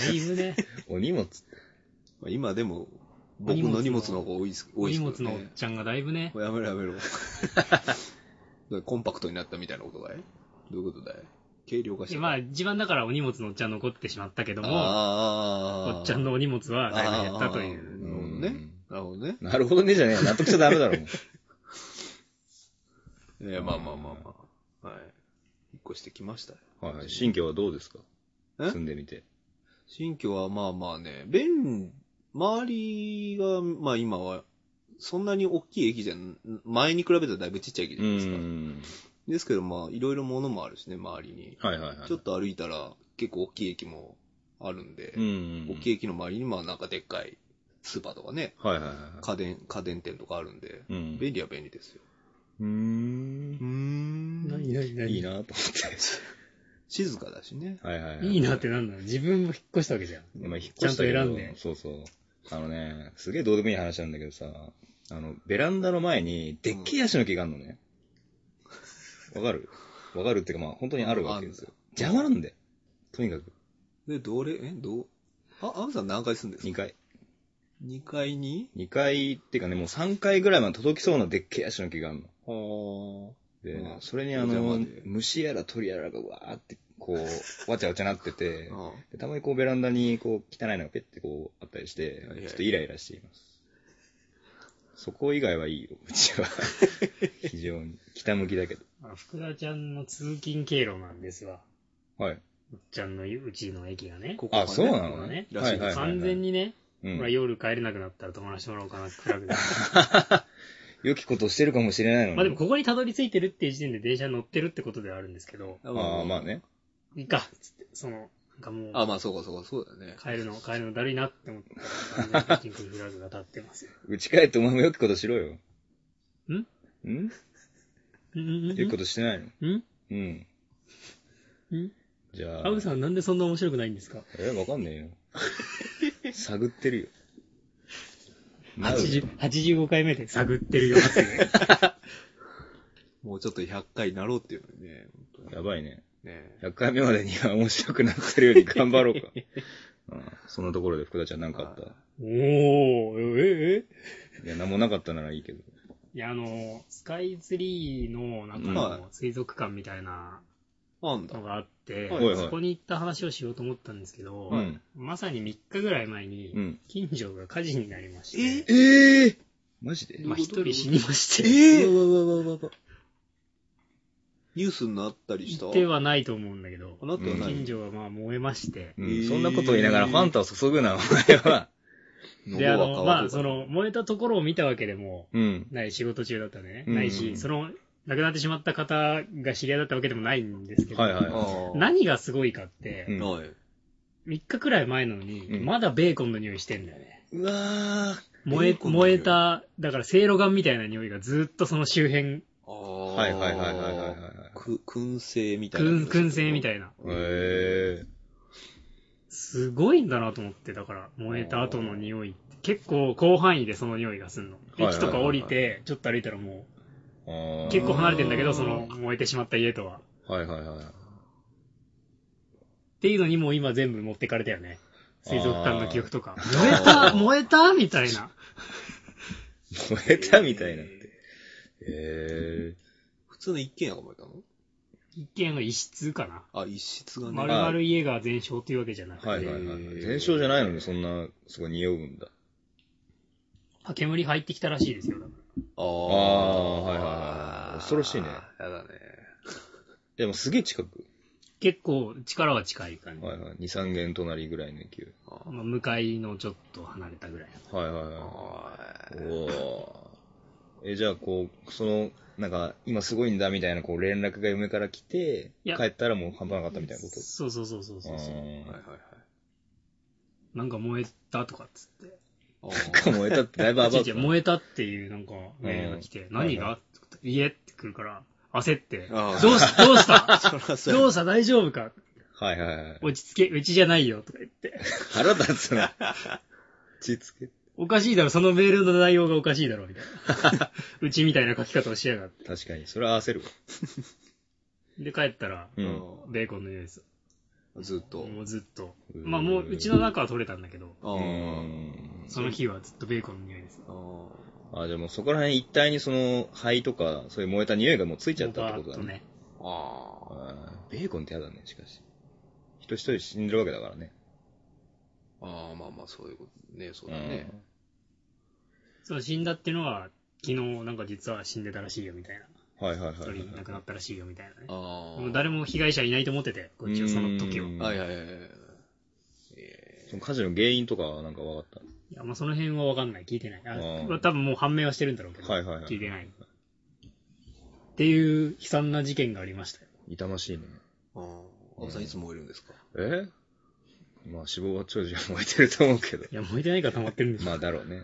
B: だいぶね、
C: お荷物。
A: まあ今でも、僕の荷物の方が多いです、
B: お
A: 多いで
B: 荷
A: すけ
B: 物
A: ど
B: のおっ
A: ね。
B: ちゃんがだいぶね、
A: もうやめろやめろ。そ
C: <laughs>
A: れコンパクトになったみたいなことだいどういうことだい軽量化した。
B: まあ、一番だからお荷物のおっちゃん残ってしまったけども、
A: あー
B: おっちゃんのお荷物はだいぶ減ったとい
A: あ
B: う。
A: ーなるほどね。なるほどね。
C: なるほどねじゃねえよ納得しちゃダメだろ。
A: <laughs>
C: もう
A: いや、まあまあまあまあ。はい。引っ越してきましたよ。
C: はいはい。新居はどうですか
A: え
C: 住んでみて。
A: 新居はまあまあね、便、周りが、まあ今は、そんなに大きい駅じゃん、前に比べたらだいぶちっちゃい駅じ
C: う
A: ゃないですか。
C: ん。
A: ですけどまあ、いろいろ物もあるしね、周りに。
C: はいはいはい。
A: ちょっと歩いたら、結構大きい駅もあるんで、
C: うん。
A: 大きい駅の周りにまあなんかでっかいスーパーとかね、
C: はいはいはい。
A: 家電、家電店とかあるんで、
C: うん。
A: 便利は便利ですよ。
C: うーん。
A: ん
B: 何何何
C: いいなと思って。
A: 静かだしね。
C: はいはいはい。
B: いいなってなんだ自分も引っ越したわけじゃん。
C: でも引っ越したけ
B: ちゃん
C: ど
B: と選んで
C: そうそう。あのね、すげえどうでもいい話なんだけどさ、あの、ベランダの前に、でっけえヤシの木があるのね。わかるわかるっていうか、まあ、本当にあるわけですよ。邪魔なんだよ。とにかく、
A: で、どれ、え、どう、あ、アムさん何回住んでるん
C: 2
A: ですか
C: 階。
A: 2階に
C: 2階っていうかね、もう3階ぐらいまで届きそうなでっけえヤシの木があるの。
A: ほ
C: で、
A: うん
C: それにあ
A: 邪魔
C: の
A: で、
C: 虫やら鳥やらがわーって、こう、わちゃわちゃなって
A: ー <laughs>
C: て、
A: うん
C: でたまにこうベランダにこう汚いのがペッてこうあったりして
A: はいはい、
C: ちょっとイライラしています。そこ以外はいいよ、うち
B: <laughs>
C: は。非常に。北向きだけど。
B: あ福田ちゃんの通勤経路なんですわ。
C: はい。
B: うっちゃんのうちの駅がね。
A: ここが
C: あ、
A: ね
C: そうな
B: ここ
C: のね。
A: らしいです
B: 完全
C: に。
B: にね、
C: う
B: ほら
C: ん。
B: 夜帰れなくなったら友達もらおうかなって暗くなる
C: 良きことをしてるかもしれないのに。
B: まあでもここにたどり着いてるっていう時点で電車に乗ってるってことではあるんですけど、
C: ああ、まあ。ね。
B: いいか、つって、その、なんかもう、
A: あ、まあそうかそうか、そうだよね。
B: 帰るの、帰るのだるいなって思ったら、完全にピンクフラグが立ってますよ。
C: うち帰ってお前も良きことしろよ。
B: ん
C: ん
B: うん
C: 良きことしてないの
B: うん
C: うん。
B: うん
C: じゃあ。
B: 青木さんなんでそんな面白くないんですか
C: え、わかんねえ
B: <laughs>
C: よ。探ってるよ。なるよ
B: 80 ?85 回目で探ってるよ。
A: もうちょっと100回になろうっていうのにね。本当に
C: やばい <laughs> ね。
A: ね
C: 100回目までには面白くなってるように頑張ろうか。うん、そんなところで福田ちゃんなんかあった。
B: おー、ええ
C: いや、なんもなかったならいいけど。
B: いや、あの、スカイツリーの、なんか
A: は
B: の水族館みたいな
A: あんだ
B: の。があって、
A: はいはい
B: そこに行った話をしようと思ったんですけど、
C: うん。
B: まさに3日ぐらい前に、
C: うん。
B: 近所が火事になりまして、
C: えー、マジで
B: まあ一人死にまして、
A: ええ
C: わわわわわ。
A: ニュースになったりした
B: ではないと思うんだけど、
A: なってはない。
B: 近所がまあ燃えまして、
A: え
C: うん、
A: ー
C: そんなことを言いながらファンタを注ぐな、お前は。
B: で、あ
A: 喉
B: の、
A: は
B: ま
A: 渇
B: あ、
A: くわ
B: その、燃えたところを見たわけでも、
C: <laughs> うん。
B: ない、仕事中だったんでね、
C: うん
B: ないし、その、亡くなってしまった方が知り合いだったわけでもないんですけど、
C: はいはい
A: ああ。
B: 何がすごいかって、
C: うん
A: はい。
B: 3日くらい前なのに、
C: うん
B: まだベーコンの匂いしてんだよね。
C: うわ
B: 燃
A: ベー
B: え、
A: コンの匂い
B: 燃えた、だから、せいろがんみたいな匂いがずっとその周辺、
A: ああ。
C: ー。はいはいはいはいはいはい。
A: く、燻製みたいな。
B: 燻燻製みた
A: い
B: いな。
C: え
B: すごいんだなと思って、だから、燃えた後の匂いって。結構広範囲でその匂いがすんの。
C: いはいはいはい
B: 駅とか降りて、ちょっと歩いたらも
C: ー。
B: う、結構離れてんだけ
A: あ
B: ど、
A: ー
B: その燃えてしまった家とは。
C: はいはいはい。
B: っていうのにもう今全部持ってかれたよね。水族館の記憶とか。燃え
A: あ
B: た
A: ー
B: <laughs> 燃えたみたいな。
C: 燃えたみたいなって。え
A: 普通の一軒家が燃えたの
B: 一軒家の一室かな。
A: あ、一室がね。
B: 丸々家が全焼というわけじゃなく
C: ー。
B: て、
C: はいはいは
A: え
C: い。
A: ー
C: 全焼じゃないのにそんな、すごい匂うんだ。
B: あ煙入ってきたらしいですよ。だか
A: あ
C: あーはいはいはいはい恐ろしいね
A: やだね。
C: でもすげえ近く。
B: ら結構力は近い感じ。
C: はいはい。2、3軒隣ぐらいの勢い。
A: あー
B: まあ、向かいのちょっと離れたぐらい。
C: はいはいは
A: あ
C: い。おー。え、じゃあこう、その、なんか、今すごいんだみたいな、こう、連絡が嫁から来て、
B: いや
C: 帰ったらもう半端なかったみたいなこと。
B: そうそうそうそうそうそう。
A: ーはいはいはい。
B: なんか燃えたとかっつって。
A: あ
C: か
A: ー
C: 燃えたってだいぶアバ
B: いち
C: ウ
B: い
C: ト
B: ち
C: な。
B: 燃えたっていうなんかメールが来て、
C: うん
B: 何
C: は
B: が家って来るから、焦って、
A: あー
B: どう
C: <laughs>
B: したどうした
A: そら <laughs> そうや
B: どうした大丈夫か
C: はいはいはい。
B: 落ち着け、うちじゃないよとか言って。
C: 腹立
B: <laughs>
C: つな。ちつけ。
B: おかしいだろ、そのメールの内容がおかしいだろ、みたい
C: <laughs>
B: な。うちみたいな書き方をしやがって。
C: 確かに。それは焦るわ。
B: で、帰ったら、
C: う。
A: うんん
B: ベーコンの匂いです。
A: ずっと。
B: もうずっと。
C: うん
B: まあもう、うちの中は取れたんだけど、
A: あー
C: うん
B: その日はずっとベーコンの匂いです。
A: あー
C: あ、でもそこら辺一体にその灰とか、そういう燃えた匂いがもうついちゃったって
B: も
C: こ
B: う
C: と
B: バーッと
C: だね。
B: ね。
A: あ
C: あーベーコンってやだね、しかし。人一人死んでるわけだからね。
A: ー。あーまあまあ、そういうことね、そうだね。
B: そう、死んだっていうのは、昨日なんか実は死んでたらしいよ、みたいな。
C: うん。はいはいはい、
B: 一
C: はい。
B: 人亡くなったらしいよ、みたいなね。
A: あ
B: もう
A: あ。
B: 誰も被害者いないと思ってて、こっちはその時を。
C: うーん
B: い
A: はいはいはいはい。え
C: その火事の原因とかはなんか分かっ
B: や、まあその辺はわかんない。聞いてない。あ
C: うん
B: まあ多分もう判明はしてるんだろうけど、
C: はいはいはい
B: 聞いてない。っていう悲惨な事件がありましたよ。
C: た痛ましいね。
A: ー、ああ。青木さんいつ燃えるんですか
C: えまあ死亡は長寿は燃えてると思う <laughs> けど。
B: いや、燃えてないから溜まってる
C: <laughs>
B: んです
C: まあだろうね。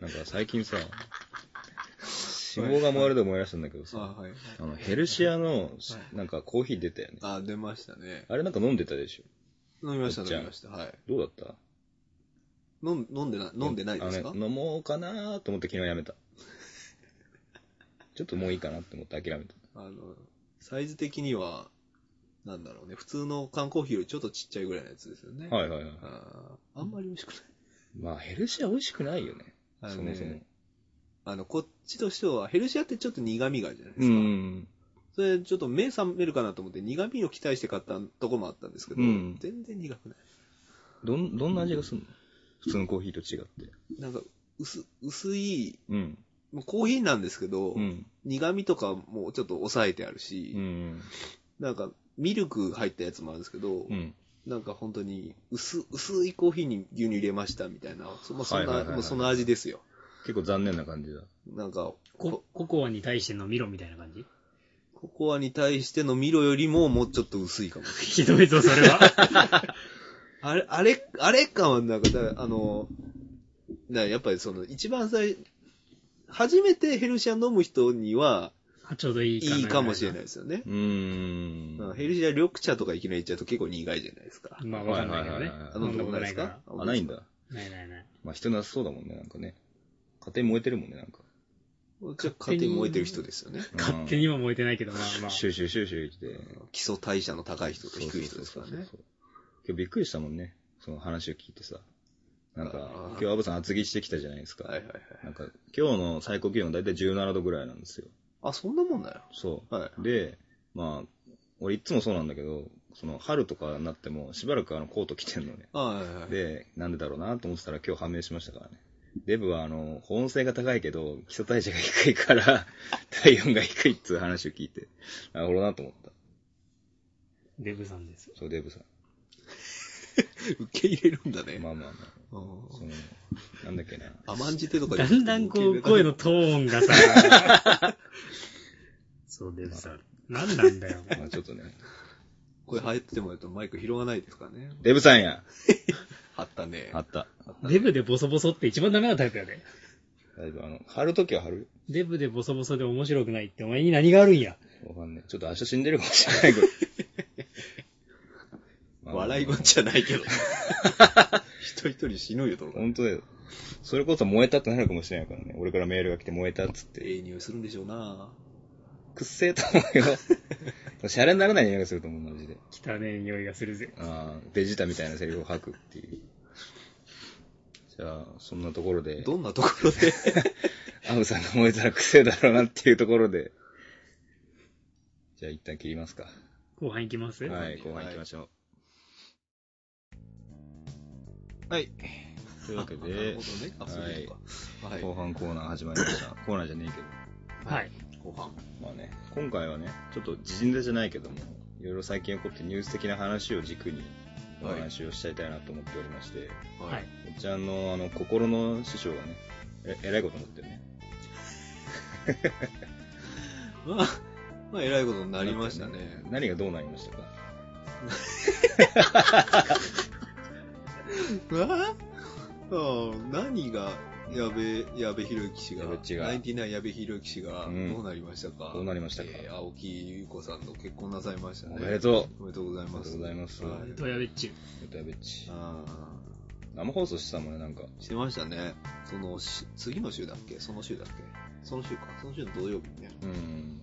C: なんか最近さ、脂肪が燃えるで燃やしたんだけどさ、
A: あはい。
C: あのヘルシアのし
A: は
C: なんかコーヒー出たよね。
A: あ、出ましたね。
C: あれなんか飲んでたでしょ
A: 飲みました、
C: じゃあ
A: 飲みました。はい。
C: どうだった
A: 飲ん飲んでな、飲んでないですか
C: あのね飲もうかなと思って昨日やめた。ちょっともういいかなって思って諦めた。
A: あの、サイズ的には、なんだろうね、普通の缶コーヒーよりちょっとちっちゃいぐらいのやつですよね。
C: はいはいはい。
A: あーあんまり美味しく
C: まあ、ヘルシア美味しくないよね。
A: ない。あ
C: そ
A: のね
C: もそも。
A: あの、こっちとしては、ヘルシアってちょっと苦味があるじゃないで
C: う
A: すか。
C: ん。
A: それ、ちょっと目覚めるかなと思って苦味を期待して買ったとこもあったんですけど、
C: うん
A: 全然苦くない。
C: どん、どんな味がすんの普通のコーヒーと違って。
A: なんか、薄、薄い、
C: うん。
A: もうコーヒーなんですけど、
C: うん。
A: 苦味とかもちょっと抑えてあるし、
C: うん。
A: なんか、ミルク入ったやつもあるんですけど、
C: うん。
A: なんか本当に薄、薄いコーヒーに牛乳入れましたみたいな、そ,、まあ、そん
C: はいは
A: な、
C: いはいはい
A: もうその味ですよ。
C: 結構残念な感じだ。
A: なんか、
B: コ
A: こ
B: ココアに対してのミロみたいな感じ
A: ココアに対してのミロよりももうちょっと薄いかも。
B: ひどいぞ、それ
C: <laughs>
B: は。
A: あれ、あれ、あれ感はなんか、だあの、なやっぱりその、一番最、初めてヘルシア飲む人には
B: ちょうどいいか
A: いいかもしれない
B: い。
A: ですよね
C: う。ーん。
A: うんヘルシア緑茶とかいきなりいっちゃうと結構苦いじゃないですか。
B: まあ、わかんないけど
C: はい
B: ね
C: はいは
A: あ
C: い。はい
A: の、
B: 飲んだ
A: ど
B: こ
A: ことないで
B: ない
A: す
B: から
A: か。
C: あ、ないんだ。
B: ないないない。
C: まあ、人なさそうだもんね、なんかね。家庭燃えてるもんね、なんか。
A: じゃあ勝手に燃えてる人ですよね。
C: うん
B: 勝手には燃えてないけど、まあまあ。
C: シューシューシューシュー言って。
A: 基礎代謝の高い人と低い人ですからね
C: そうそうそう。そう。今日びっくりしたもんね。その話を聞いてさ。なんか
A: あー、
C: 今日アブさん厚着してきたじゃないですか。
A: はいはいはい。
C: なんか、今日の最高気温だいたい17度ぐらいなんですよ。
A: あ、そんなもんだよ。
C: そ
A: は
C: う。で、まあ、俺いつもそうなんだけど、その春とかになっても、しばらくあのコート着てんのね。
A: い。はいはい。
C: で、なんでだろうなと思ってたら今日判明しましたからね。デブはあの、保温性が高いけど、基礎代謝が低いから、 <laughs> 体温が低いっつう話を聞いて、なるほどなと思った。
B: デブさんです。
C: そう、デブさん。
A: 受け入れるんだね。
C: まあまあまあ。
A: うん
C: その、なんだっけな。
A: 甘んじてとかじ
B: だ
A: ゃなくて
B: んだんこう、声。のトーンがさ。そう、デブさん。なんなんだよ。
C: まあちょっとね。
A: 声入っててもやるとマイク拾わないですからね。
C: デブさんや
A: あったね。
C: あった。
B: デブでボソボソって一番ダメなタイプやで。
C: だいぶあの、貼るときは貼る
B: デブでボソボソで面白くないってお前に何があるんや。
C: よ。わかんない。ちょっと明日死んでるかもしれ <laughs> ないぐらい。まあ
A: 笑い事じゃない
C: <laughs>
A: けど。一人一人死ぬよとか。
C: 本当だよ。それこそ燃えたってなるかもしれないからね。俺からメールが来て燃えたっつって。
A: ええ匂いするんでしょうな
C: くっせえと思う <laughs> よ。シャレにならない匂いがすると思う、マジで。
B: 汚ねえ匂いがするぜ。
C: ああ、ベジータみたいなセリフを吐くっていう。じゃあ、そんなところで、
A: どんなところで
C: アムさんが燃えたらくせえだろうなっていうところで、じゃあ一旦切りますか。
B: 後半行きます
C: はい、後半行きましょう。はい。というわけ
A: なる
C: で
A: ほ、どね。あ、そういうことか。はい。
C: 後半コーナー始まりました。コーナーじゃねえけ
B: はい。
A: 後半。
C: ど。まあね、今回はね、ちょっと時事ネタじゃないけども、いろいろ最近起こってニュース的な話を軸にお話をしちゃいたいなと思っておりまして、
B: は
A: はいい。
C: おっちゃんのあの、心の師匠がね、え、えらいことになってるね。
A: まあ、 <laughs> まあ、偉いことになりましたね。
C: 何がどうなりましたか
A: う <laughs> わぁ何が、矢部、矢部博之氏が、
C: 矢部っちが
A: ナインティナイン矢部博之氏が、ど
C: うん
A: うなりましたか、
C: どうなりましたか
A: えー青木優子さんと結婚なさいましたね。
C: おめでと
A: おめでとうござい
C: おめ
A: ま。
C: ですとうございます
A: は
B: ドヤベッチ。
C: う。ベタベチ。
A: あ
C: 生放送してたもんね、なんか。
A: ーしてましたね。その、し次の週だっけその週だっけその週か。その週の土曜日ね。
C: うん。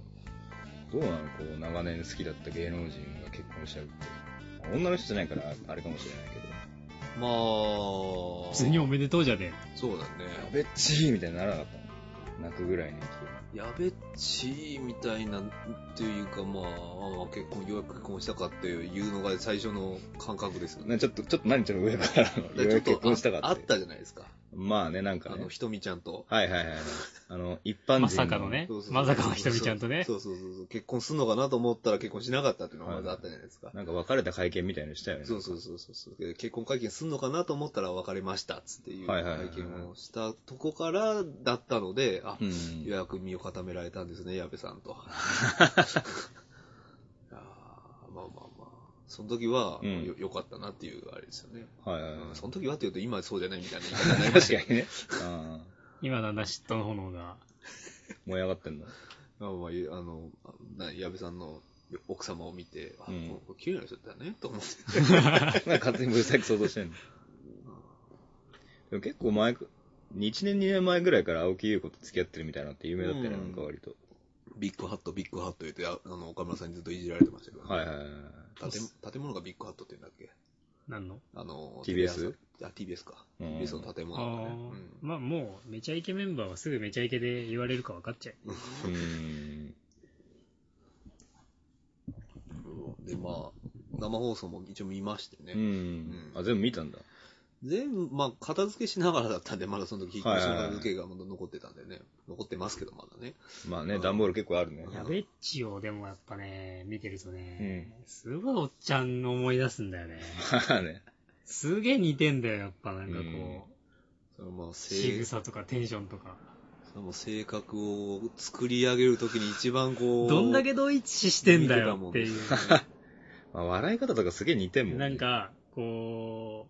C: どうなのこう、長年好きだった芸能人が結婚しちゃうって。女の人じゃないから、あれかもしれないけど。
A: まあ、
B: 普通におめでとうじゃで。
A: そうだ
C: や
A: ね。
C: べっちーみたいにならなかったの泣くぐらいの勢い。
A: やべっちみたいな、というかまあ、あー結婚、ようやく結婚したかっていうのが最初の感覚ですよね。
C: なちょっと、ちょっと何ちょっと上からの。
A: だからちょっと
C: 結婚したかった。
A: ああったじゃないですか。
C: まあね、なんか
A: あ
C: ね
A: の、。ひとみちゃんと。
C: はいはいはいはい。あの、一般人。
B: まさかのね
A: そうそうそう
B: まさかのひとみちゃんとね
A: そうそうそうそう。結婚するのかなと思ったら結婚しなかったっていうのがまずあったじゃないですか。
C: なんか別れた会見みたいなのしたよね。
A: そうそうそうそう。で結婚会見するのかなと思ったら別れましたっつっていう
C: は
A: 会
C: いはいはいはい
A: 見をしたとこからだったので、あ
C: う、ん。
A: ようやく身を固められたんですね、矢部さ
C: <laughs>
A: んと。いやーまあまあまあ。その時は、
C: うん
A: よ、良かったなっていうあれですよね。
C: はいはいは
A: うん
C: い。
A: その時はって言うと今そうじゃないみ
C: <laughs>
A: たいな言い方になりまし
C: 確
A: た
C: かにね。あ
B: 今なんだ嫉妬の炎が。
C: あ、燃え上がってんだ。
A: まあまあ、あの、な矢部さんの奥様を見て、あ、
C: うん
A: ここ綺麗な人だね、と思って。
C: なんか勝手にぶるさき想像してんの。でも結構前く、1年2年前ぐらいから青木優子と付き合ってるみたいなのって有名だったよね、
A: うん
C: なんか割と。
A: ビッグハット、ビッグハット言って、ああの、岡村さんにずっといじられてましたけど、
C: はいはいはいはい。
A: 建建物がビッグハットって言うんだっけ
B: なんの
A: あの、
C: TBS？
A: あ、TBS か。
C: うん
A: TBS の建物がね。
B: ああ
A: うん
B: まあもう、めちゃイケメンバーはすぐめちゃイケで言われるか分かっちゃう。
C: うーん。
A: うんで、まあ、生放送も一応見ましてね。
C: うん。あ、全部見たんだ。
A: 全部、まあ、片付けしながらだったんで、まだその時、引っ
C: はい
A: 越
C: は
A: し
C: いは
A: の
C: い
A: 片付けがまだ残ってたんでね。残ってますけど、まだね。
C: まあね、段ボール結構あるね。
B: やべっちをでもやっぱね、見てるとね、
C: う
B: すごいおっちゃんの思い出すんだよね。
C: <laughs> まあね。
B: すげえ似てんだよ、やっぱなんかこ
C: うん
B: う、
A: そのまあ、性
B: 仕草とかテンションとか。
A: その性格を作り上げるときに一番こう。
B: どんだけ同一視してんだよっていう。
C: まあ、笑い方とかすげえ似てんもん、 <laughs> ね。
B: なん、か、こ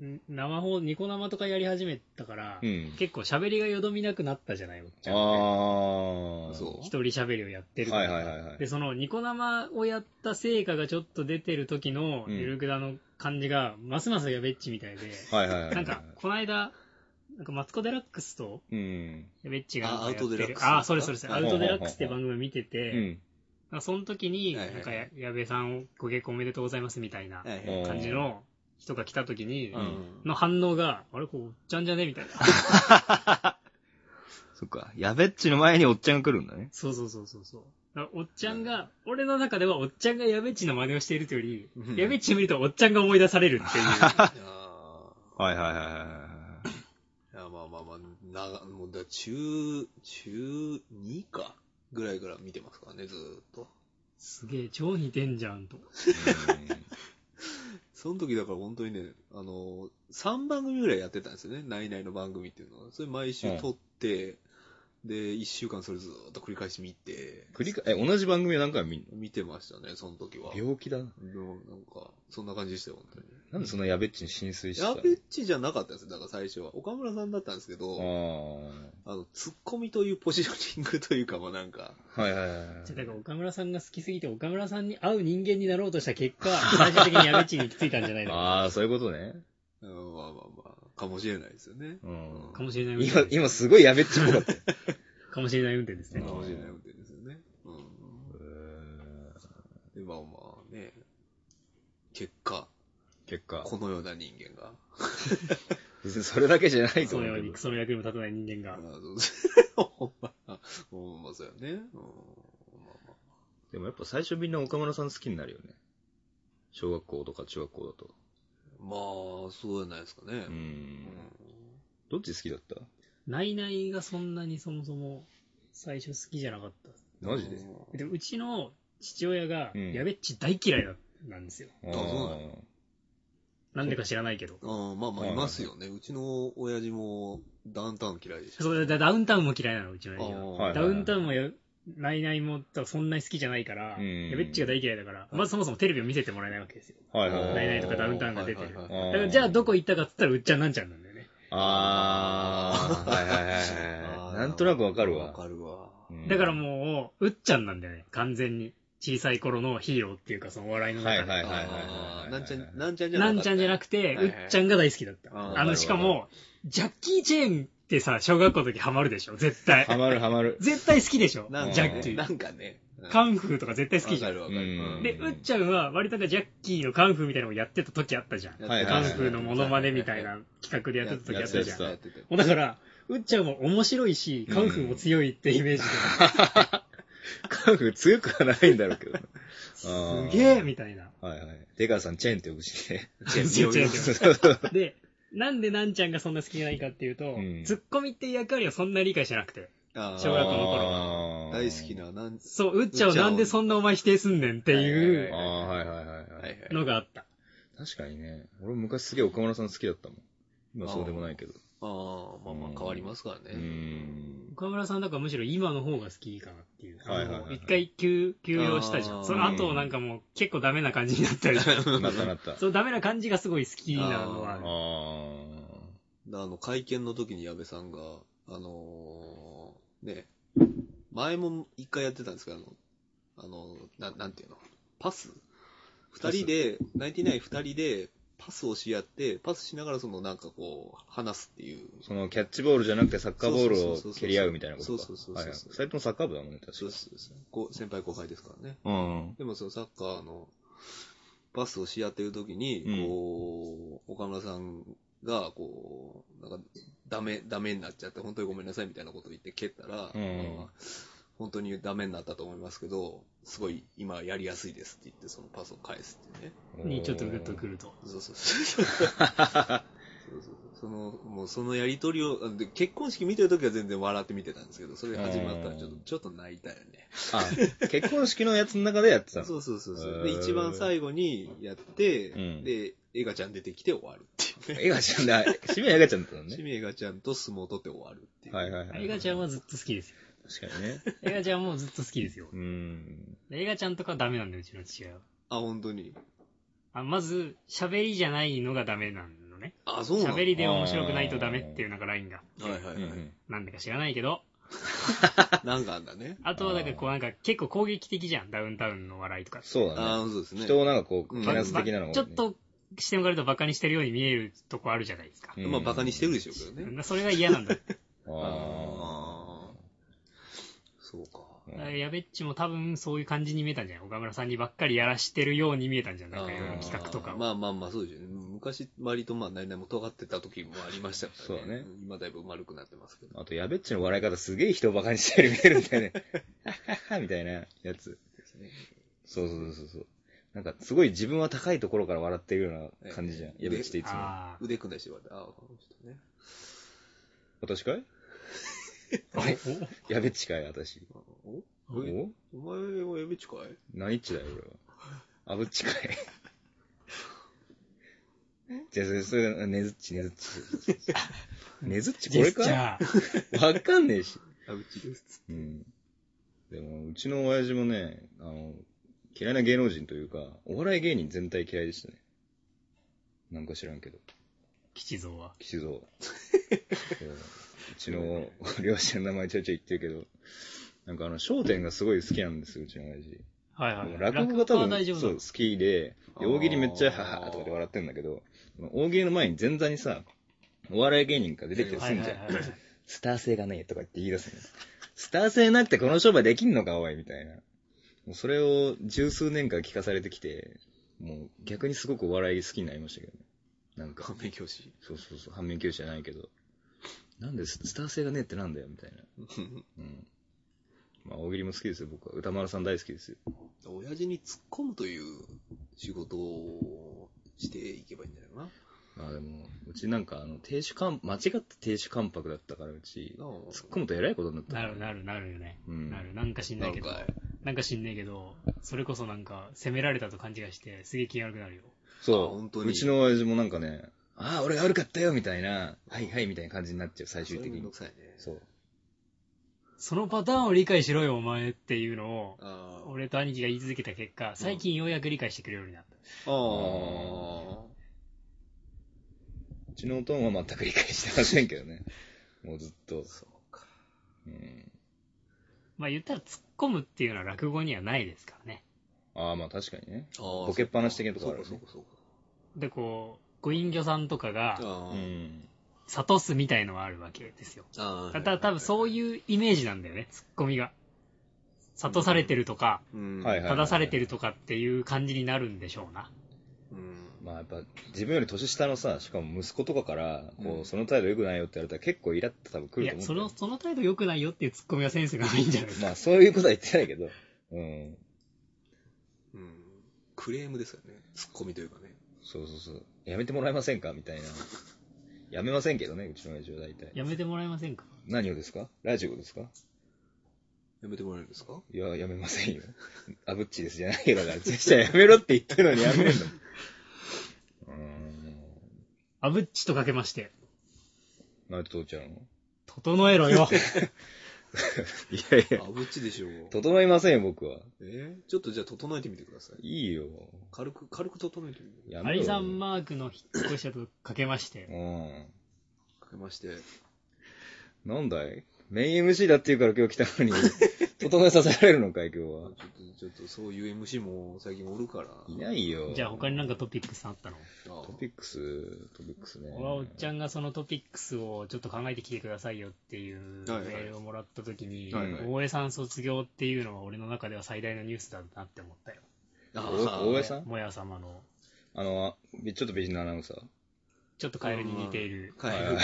B: う、ん生放ニコ生とかやり始めたから、
C: うん。
B: 結構喋りがよどみなくなったじゃない、おっちゃんって。
C: ああ。
A: そう。
B: <laughs> 一人喋りをやってるから
C: はいはいはいはい
B: で、。そのニコ生をやった成果がちょっと出てる時の、
C: うん
B: ゆるくだの感じが、ますますやべっちみたいで、
C: はいはいはいはい。
B: なんか、この間、なんかマツコ・デラックスと
C: うん。
B: やべっちがなんか
A: あアウト
B: やってる
A: デラックス
B: あ、それそれそれ、
A: は
B: ア
A: い
B: ウト・デラックスって番組見てて、
C: うん。
B: なんかその時に、
A: はいはい
B: なんかや、矢部さんをご結婚おめでとうございますみたいな
A: はい
C: うん
B: 感じの人が来た時に
A: う、ん
B: の反応が、あれ、こう、おっちゃんじゃねみた
A: <laughs>
B: いな。
C: そっか。やべっちの前におっちゃんが来るんだね。
B: そうそうそうそうそう。だからおっちゃんが、俺の中ではおっちゃんがやべっちの真似をしているというよ
A: うん
B: り、やべっちを見るとおっちゃんが思い出されるっていう。
A: <laughs> いやー
C: はいはいはいはいはい
A: や、まあまあまあ、長、もうだ中、中2かぐらいから見てますからね、ずーっと。
B: すげえ、超似てんじゃんと。
C: い。 <laughs>
A: その時だから本当にね、あの、3番組ぐらいやってたんですよね、ナイナイの番組っていうのは。それ毎週撮って、で、1週間それずーっと繰り返し見て、
C: 繰り返、え、同じ番組を何回も見ん
A: 見てましたね、その時は
C: の。病気だな。
A: でもなんか、そんな感じでしたよ、本当に。
C: なんでそんなやべっちに浸水してた
A: や
C: の
A: べっちじゃなかったんですよ、だから最初は。岡村さんだったんですけど、
C: あ
A: あの、ツッコミというポジショニングというか、まあなんか、
C: あ。はいはいはいはい。
B: じゃあだから岡村さんが好きすぎて、岡村さんに合う人間になろうとした結果、最終的にやべっちに行き着いたんじゃない
A: <laughs>
B: のか
C: ああ、そういうことね。
A: うんまあまあまあ、かもしれないですよね。
C: うん
B: な。かもしれない運
C: 今
B: 転、です。
C: 今すごいやべっちっぽ
B: <laughs>
C: かったよ。
B: かもしれない運転ですね。
A: かもしれない運転ですよね。うん。で、まあまあね、結果、
C: 結果。
A: このような人間が。
C: 別にそれだけじゃないと
B: その
C: 思
B: よう
C: うけ
B: に
C: ど
B: ク。ソの役にも立たない人間
A: あの <laughs>
B: が。
A: ほんま、ほんまそうやね。うんまあまあ
C: でもやっぱ最初みんな岡村さん好きになるよね。小学校とか中学校だと。
A: まあ、そうじゃないですかね。う
C: う
A: んん。
C: どっち好きだった
B: ナイナイがそんなにそもそも最初好きじゃなかった。
C: マジで
B: でもうちの父親が、
C: うん
B: やべっち大嫌いだなんですよ。
C: あ
A: そうな
B: なんでか知らないけど。
A: うん、まあまあ、いますよね。うちの親父も、ダウンタウン嫌いでした。
B: そうだダウンタウンも嫌いなの、うちの
A: あ
B: 親父は。
A: ー
C: はい
B: ダウンタウンもや、ないないも、そんなに好きじゃないから、
C: うん
B: やべっちが大嫌いだから、まずそもそもテレビを見せてもらえないわけですよ。
C: はいはいはい。
B: ナイナイとかダウンタウンが出てる
A: はいはいはい
C: あ
B: だ
C: ー
B: からじゃあどこ行ったかっつったら、うっちゃんなんちゃんなんだよね。
C: ああ、はいはいはい
A: あ
C: は
A: ー
C: い。なんとなくわかるわ
A: わ。かるわ。
C: うん
B: だからもう、うっちゃんなんだよね、完全に。小さい頃のヒーローっていうか、そのお笑いの中で。
C: はいはいはいは
A: あ
C: いはい。
A: ーなんちゃん、なんちゃんじゃなかっ
B: な
A: た
B: んちゃんじゃなくて、
A: は
B: う
A: い
B: っ
A: はい
B: ちゃんが大好きだった。
A: あー
B: あの、しかも、ジャッキー・チェーンってさ、小学校の時ハマるでしょ、絶対。
C: はまるはまる。
B: 絶対好きでしょ、
A: なん
B: ジ
A: か
B: ャッ
A: ね
B: キ、
A: な
B: ー。
A: んかね。うん
B: カンフーとか絶対好きじゃ
A: わ
B: ん。
A: かるわかる。
C: うん
B: で、うっちゃんは割とジャッキーのカンフーみたいなのをやってた時あったじゃん。
C: はい
B: カ
C: は
B: ン
C: い
B: フーのモノマネみたい
A: や
B: な企画でやってた時あったじゃん。
C: や
B: も
C: や
A: ってた。
B: うだから、うっちゃんも面白いし、カンフーも強いってイメージで、
C: カンフー強くはないんだろう
A: <laughs>
C: けどね。うん
B: すげえみたいな。
C: はいはい。出川さん、チェーンって呼ぶしね。
B: チェン
A: ジ
B: ジ
A: ャ
B: ェ
A: ッ
B: ン
A: キ
B: ジ
A: ー
B: で、なんでなんちゃんがそんな好きじゃないかっていうと、
C: ん
B: ツッコミっていう役割をそんな理解してなくて。
A: あー
B: 小学校の頃
C: あー
A: 大好き。な、なん、
B: そう、うっちゃんをなんでそんなお前否定すんねんっていう
C: ああ、はいはいはいは
A: はい
C: い。
A: はい。
B: のがあった。
C: 確かにね。俺昔すげえ岡村さん好きだったもん。今そうでもないけど。
A: ああ、まあまあ変わりますから
C: うー
A: ね。
C: ん。
B: 岡村さんだからむしろ今の方が好きかなっていう。
C: はいはいはい
B: あの一回休、休養したじゃ
A: あ
B: ん。
A: ー
B: その後なんかもう結構ダメな感じになった
C: <laughs>
B: り
C: なったな
A: <laughs>
C: った。あ
B: そのダメな感じがすごい好きなのはあ
A: あ
B: る。
A: <laughs>
C: あ
A: あの、会見の時に矢部さんが、あのー、ね、前も一回やってたんですけど、あの、あのななんていうの、パス二
C: パス
A: 人で、ナインティナイン二人で、パスをし合って、パスしながらそのなんかこう、話すっていう。
C: ー。そのキャッチボールじゃなくてサッカーボールを蹴り合うみたいなことか。
A: そうそうそうそう
C: はいはい二人ともサッカー部だもんね、確か
A: そうですそうですこう先輩後輩ですからね。
C: うん。
A: でもそのサッカーのパスをし合ってる時に、
C: うん
A: こう、岡村さんが、こう、なんか、ダメ、ダメになっちゃって、本当にごめんなさいみたいなことを言って蹴ったら、
C: うん
A: まあ本当にダメになったと思いますけど、すごい今やりやすいですって言って、そのパスを返すっていうね。
B: にちょっとグッとくると。
A: そうそうそう。そうそうそうその、もうそのやりとりを、あで結婚式見てる時は全然笑って見てたんですけど、それ始まったらちょっと
C: うん、
A: ちょっと泣いたよね。
C: あ、結婚式のやつの中でやってたの。
A: そうそうそうそう、
C: へ
A: で、
C: ー
A: 一番最後にやって、
C: うん
A: で、エガちゃん出てきて終わるっていうね。
C: エガちゃんだ。締めエガちゃんだったの
A: <laughs> 趣
C: ね。
A: 味エガちゃんと相撲取って終わるっていう。
C: はいはいはい。
B: 映画ちゃんはずっと好きですよ。
C: 確かにね。
B: 映画ちゃんもずっと好きですよ
C: う。ん。
B: 映画ちゃんとかはダメなんだよ、うちの父親は。
A: あ、本当に。
B: あまず、喋りじゃないのがダメなのね。
A: あ、そうなの
B: 喋りで面白くないとダメっていうなんかラインがあって。
A: はいはいはい。
B: なんだか知らないけど。
A: なんかあんだね。
B: あとは、なんかこうなんか結構攻撃的じゃん、ダウンタウンの笑いとか。
C: そうだ
A: あ
C: ね。
A: そうですね。
C: 人をなんかこう、
A: うん
C: マナス的なのが多いね
B: ちょっ、と、してもらえるとバカにしてるように見えるとこあるじゃないですか。
A: まあ、バカにしてるで
C: し
A: しょうけどね。
B: それが嫌なん
C: <laughs>
B: だ。
C: あ
A: あー。そうか。
C: あ。
B: やべっちも多分そういう感じに見えたんじゃない岡村さんにばっかりやらしてるように見えたんじゃないなんかいろいろ企画とか
A: あ
B: を
A: ーまあまあまあ、そうですよね。昔、割とまあ、何々も尖ってた時もありましたからね。
C: そうだね
A: ん今だいぶ丸くなってますけど。
C: あと、やべっちの笑い方すげえ人をバカにしてるように見えるみた
B: <laughs>
C: いな。はははみたいなやつ。そうそうそうそう。なんか、すごい自分は高いところから笑ってるような感じじゃん。
A: え
C: やべっちっていつも。今
B: ああ。
A: 腕組んだりして言われて、ああ、この人ね。
C: 年かいやべっちかい私。
A: あお
C: お
A: おお前はやべっちかい
C: 何っちだよ、俺は。あぶっ
B: <laughs>
C: ちかい。じゃあ、それ、それ、ねずっち、ねずっち。
B: <laughs>
C: ねずっちこ
B: ジェ
C: れ
B: スチ
C: か
B: ャー。
C: <laughs> わかんねえし。
A: あ、うちです。
C: うん。でも、うちの親父もね、あの、嫌いな芸能人というか、お笑い芸人全体嫌いでしたね。なんか知らんけど。
B: 吉蔵は。
C: 吉蔵。そううちの両親の名前ちょいちょい言ってるけど、なんかあの、笑点がすごい好きなんですよ、うちの親父。
B: はい
C: で
B: は
C: も
B: い。
C: 落語が多
B: は
C: 分
B: 大丈夫
C: そ
B: だ
C: う好きで、で大喜利めっちゃ、はははとかで笑ってんだけど、大喜利の前に前座にさ、お笑い芸人が出てきて
B: は
C: す
B: い
C: ん
B: は
C: じ
B: い
C: ゃん。
B: はいはい。
C: スター性がねえとかって言い出すの。スター性なくてこの商売できんのか、おい、みたいな。もうそれを十数年間聞かされてきて、もう逆にすごくお笑い好きになりましたけどね。なんか
A: 顔、面教師。
C: そうそうそう、反面教師じゃないけど。なんでススター性がねえってなんだよ、みたいな。
B: <laughs>
C: うん。まあ、大喜利も好きですよ、僕は。歌丸さん大好きですよ。
A: 親父に突っ込むという仕事をしていけばいいんだよな。
C: まあでも、うちなんか、あの、亭主関、間違って亭主関白だったから、うち、
A: なあ
C: 突っ込むとえらいことになっ
B: <laughs>
C: た。
B: なるなるなるよね。
C: うん
B: なる。なんか知んな
A: ないん
B: けど。
A: か
B: なんか知んねえけど、それこそなんか、責められたと勘違いして、すげえ気が悪くなるよ。
C: そう。
A: あ本当に
C: うちの親父もなんかね、ああ、俺が悪かったよ、みたいな、はいはい、みたいな感じになっちゃう、最
A: そ
C: 終
A: れ
C: 的
A: めん
C: に
A: ど。くさいね。
C: そう。
B: そのパターンを理解しろよ、お前っていうのを、
A: ああ。
B: 俺と兄貴が言い続けた結果、最近ようやく理解してくれるようになった。
A: ああ。
C: うちのおとんは全く理解してませんけどね。もうずっと。
A: そうか。
C: うん。
B: まあ言ったら突っ込むっていうのは落語にはないですからね。
C: ああ、まあ確かにね。
A: ああ。ボ
C: ボケっぱなし的なとこあるよね
A: そうか、そうか、
B: で、こう、ご隠居さんとか
A: そう
B: が、
A: か。
C: う
A: あ
C: ん。
B: 諭すみたいのはあるわけですよ。
A: あ。ああ。
B: ただ多分そう
A: う。
B: いうイメージなんだよね、突っ込みが。諭されてるとか、
A: うん。
C: はいはい
B: 正されてるとかっていう感じになるんでしょうな。
A: うん。
C: まあやっぱ、自分より年下のさ、しかも息子とかから、こ
A: うん
C: う、その態度良くないよって言われたら結構イラッと多分来
B: い
C: る
B: や
C: と、思。
B: そうの、その態度良くないよっていう突っ込みはセンスがないんじゃないですか。
C: まあそういうことは言ってないけど。うん。
A: うん。クレームですよね。突っ込みというかね。
C: そうそうそう。やめてもらえませんかみたいな。やめませんけどね、うちの親父は大体。
B: やめてもらえませんか
C: 何をですかラジオですか
A: やめてもらえるんですか
C: いや、やめませんよ。あぶっちですじゃないよ。だから、ジェスチャーやめろって言ってるのにやめるの。うーん。
B: あぶっちとかけまして、
C: なんで通っちゃうの
B: 整えろよ。
C: いやいや
A: あ、。ぶっちでしょう。
C: 整いませんよ、僕は。
A: えーちょっとじゃあ整えてみてください。
C: いいよ。
A: 軽く、軽く整えてみて。
C: や
B: ア
C: めろ
B: リ
C: よ
B: さんマークの引っ越しだとかけまして
C: う、ん。
A: かけまして。
C: なんだいメイン MC だって言うから今日
B: <laughs>
C: 来たのに、整えさせられるのかい、今日
A: あ
C: は。
A: ちょっと、ちょっと、そういう MC も最近おるから。
C: いないよ。
B: じゃあ他になんかトピックスあったの
A: あ
C: トピックス、トピックスね。
B: 俺はおっちゃんがそのトピックスをちょっと考えてきてくださいよっていうメ
A: はいはい
B: ールをもらった時に
A: はいはい、
B: 大江さん卒業っていうのは俺の中では最大のニュースだなって思ったよ。
A: ああ
C: お大江さん
B: もや様の、
C: あの、びちょっと美人なアナウンサー。
B: ちょっとカエルに似ている。
A: カエル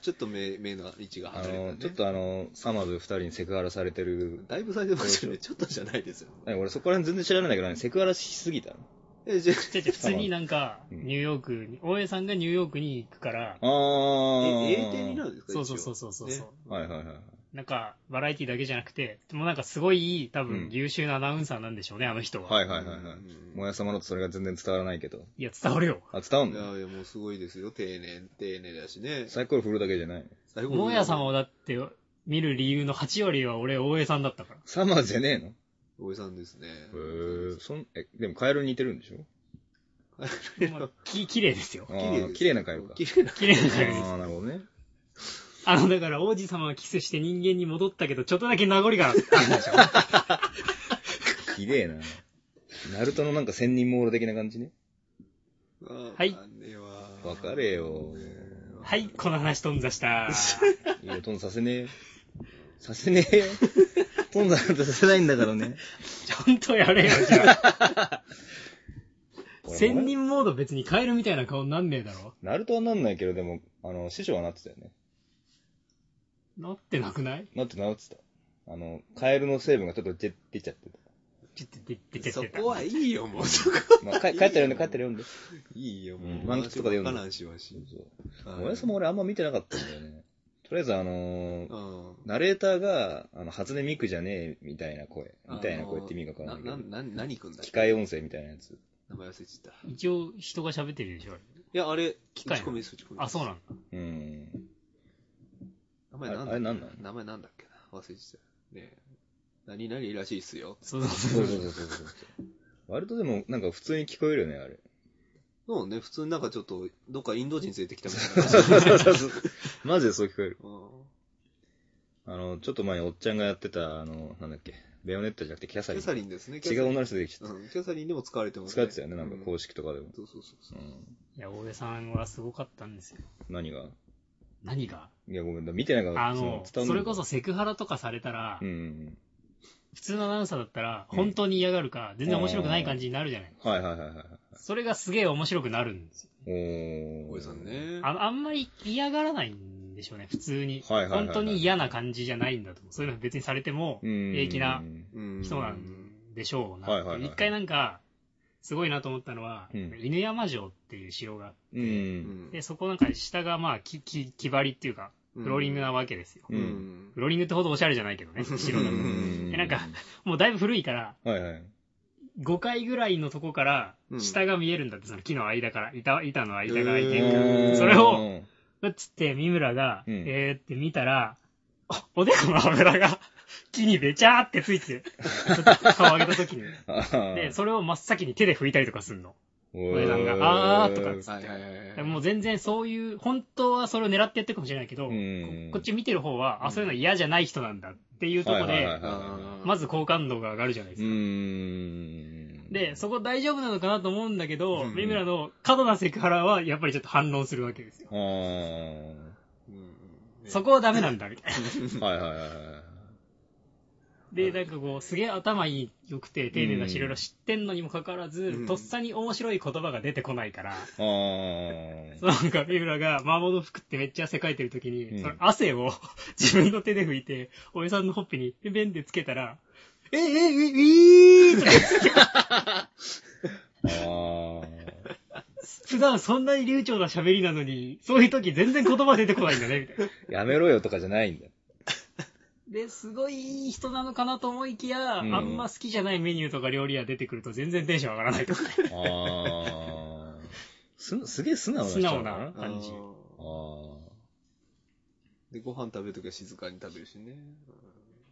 A: ちょっ <laughs> と目、目の位置が
C: あ
A: 離れて
C: の、
A: る、
C: ちょ
A: ね
C: っ。とあの、サマーズ二人にセクハラされてる。
A: だいぶされてますよね。ちょっとじゃないですよ。
C: 何俺そこら辺全然知らないんだけどね、セクハラしすぎたの。
A: え、じゃ
B: 違う違う、普通になんか、
C: うん
B: ニューヨークに、大江さんがニューヨークに行くから、
A: あ、
C: あー。
A: え、A 点になるんですか
B: そうそうそうそうそう。
A: ね
C: はいはいはい。
B: なんか、バラエティだけじゃなくて、でもなんかすごい、多
C: うん
B: 分優秀なアナウンサーなんでしょうね、あの人は。。
C: はいいはいはいはい
A: うん。
C: もやさまのとそれが全然伝わらないけど。
B: いや、伝わるよ。
C: あ、伝わん
A: いや
C: の
A: いや、もうすごいですよ。丁寧、丁寧だしね。
C: サイコロ振るだけじゃない。
A: 最後
B: もやさんをだって、見る理由の8割は俺、大江さんだったから。
C: サマーズじゃねえの
A: おじさんですね。
C: へえ、そん、え、でもカエルに似てるんでしょ
B: もうき、綺麗ですよ。
C: あ
A: 綺麗で
C: ー
A: す
C: 綺麗なカエルか。
A: 綺麗な。
B: <laughs> 綺麗な
C: あ
B: カエルです。
C: ーなるほどね。
B: あの、だから王子様はキスして人間に戻ったけど、ちょっとだけ名残があったんでしょ。 <laughs>
C: 綺麗な。ナルトのなんか千人モール的な感じね。
B: はい
C: わ
A: わ
C: かれよ。
B: はい、この話頓挫した。 <laughs>
C: いや、トンさせねえよ。させねえ
A: <laughs>
C: よ。トンなんてさせないんだからね。
B: ちゃんとやれよ、じゃあ。
C: ほら
B: 千人モード別にカエルみたいな顔になんねえだろ。
C: ナルトはなんないけど、でも、あの、師匠はなってたよね。
B: なってなくない
C: なってなってた。あの、カエルの成分がちょっと出出ちゃって
B: ちょっと出てて
A: そ
B: てた。
A: こはいいよ、もうそこ。
C: <laughs> た。まあ、か帰ったら読んで、帰ったら読んで。
A: いいよ、
C: う
A: も
C: ん
A: う。
C: 満喫とかで読ん
A: 話ば
C: だ
A: っかなんしわし。
C: そうそう。おやすも俺あんま見てなかったんだよね。とりあえずあのー
A: うん。
C: ナレーターが、あの、初音ミクじゃねえ、みたいな声。みたいな声って意味がわからないけど
A: な、な、な、何くんだっけ
C: 機械音声みたいなやつ。
A: 名前忘れちゃった。い
B: 一応人が喋ってるでしょ、あれ
A: や、あれ、
B: 機械
A: 打ち込みです、打ち込みです
B: あ、そうなんだ。
C: うん。
A: 名前なん
C: あ
A: だ
C: れ
A: っけ
C: なんなん
A: 名前なんだっけな忘れちゃった。ねえ。何々らしいっすよ。
B: そうそうそう
C: そ
B: う <laughs>
C: そうそうそうそう。割とでも、なんか普通に聞こえるよね、あ <laughs> れ。
A: そうね、普通になんかちょっと、どっかインド人連れてきたみたいな。
C: <laughs> マジでそう聞こえる。
A: うん
C: あの、ちょっと前におっちゃんがやってた、あの、なんだっけ、ベヨネットじゃなくてキャサ
A: キ
C: リ
A: ャ
C: ン。
A: サリンですね。
C: <laughs> 違う女の人できちゃっ
A: うんキャサリンでも使われてま
C: た。
A: す
C: 使ってたよね、なんか
A: う
C: 公式とかでも。
A: そうそうそうそうう。
C: ん。
B: いや、大江さんはすごかったんですよ。
C: 何が
B: 何が
C: いや、ごめん、見てないから
B: あの、
C: 伝わんない
B: それこそセクハラとかされたら
C: う、んうん
B: 普通のアナウンサーだったら、
C: うん
B: 本当に嫌がるか、全然面白くない感じになるじゃない。
C: うん。はいはいはいはい。
B: それがすげえ面白くなるんですよ。
C: おー。
A: おじさん。ね。
B: あの、あんまり嫌がらないんでしょうね、普通に。
C: はいはいはいはい
B: 本当に嫌な感じじゃないんだと思う。そういうの別にされても、
C: うん。
B: 平気な
A: うん
B: 人なんでしょうな。
C: はいはいはい
B: 一回なんか、すごいなと思ったのは、
C: うん
B: 犬山城っていう城があっ
C: う。
A: うんん
B: て、そこなんか下がまあ、き、き、木張りっていうか、フローリングなわけですよ。
A: うん。
B: フローリングってほどおしゃれじゃないけ
C: <laughs>
B: どね、城な
C: うん
B: で。
C: ん
B: えなんか、もうだいぶ古いから、
C: はいはい。
B: 5階ぐらいのとこから
A: う、ん
B: 下が見えるんだって、その木の間から、板、板の間から
A: へ
B: 開いていく。
A: ー
B: それを、うっつって、三村が、
C: うん
B: えーって見たら、あおでこの油が <laughs> 木にべちゃーってついてる。顔上げた時に。で、
C: で、
B: それを真っ先に手で拭いたりとかすんの。
C: お
B: 上さんがあーとか
A: はいはいはいはい。
B: もう全然そういう、本当はそれを狙ってやってるかもしれないけど、
C: うん
B: ここっち見てる方は、あ、そういうの嫌じゃない人なんだっていうとこ
C: はいはいは
B: で
C: い、
B: まず好感度が上がるじゃないで
C: う
B: すか。
C: ん。
B: で、そこ大丈夫なのかなと思うんだけど、
A: うん
B: 三村の過度なセクハラはやっぱりちょっと反論するわけですよ。
C: あー。
B: そこはダメなんだ、みたいな。
C: はいはいはいはい。
B: で、なんかこう、すげえ頭いい、良くて、丁寧だ
C: うん
B: し、いろいろ知ってんのにもかかわらず、
A: うん
B: とっさに面白い言葉が出てこないから、
C: あー。
B: そうなんか、三浦が麻婆豆腐食ってめっちゃ汗かいてる時に、
C: うん
B: その汗を <laughs> 自分の手で拭いて、おじさんのほっぺに、ペンでつけたら、え、え、え、え、えーとか言って
C: <laughs> あー。
B: 普段そんなに流暢な喋りなのに、そういう時全然言葉出てこないんだね、みたいな。
C: やめろよとかじゃないんだ。
B: で、すごいいい人なのかなと思いきや、
C: うん
B: あんま好きじゃないメニューとか料理屋出てくると全然テンション上がらないとか、
C: あー。す、すげえ素直な人
B: 素直
C: のか
B: な感じ。
C: あー。
A: で、ご飯食べるときは静かに食べるしね。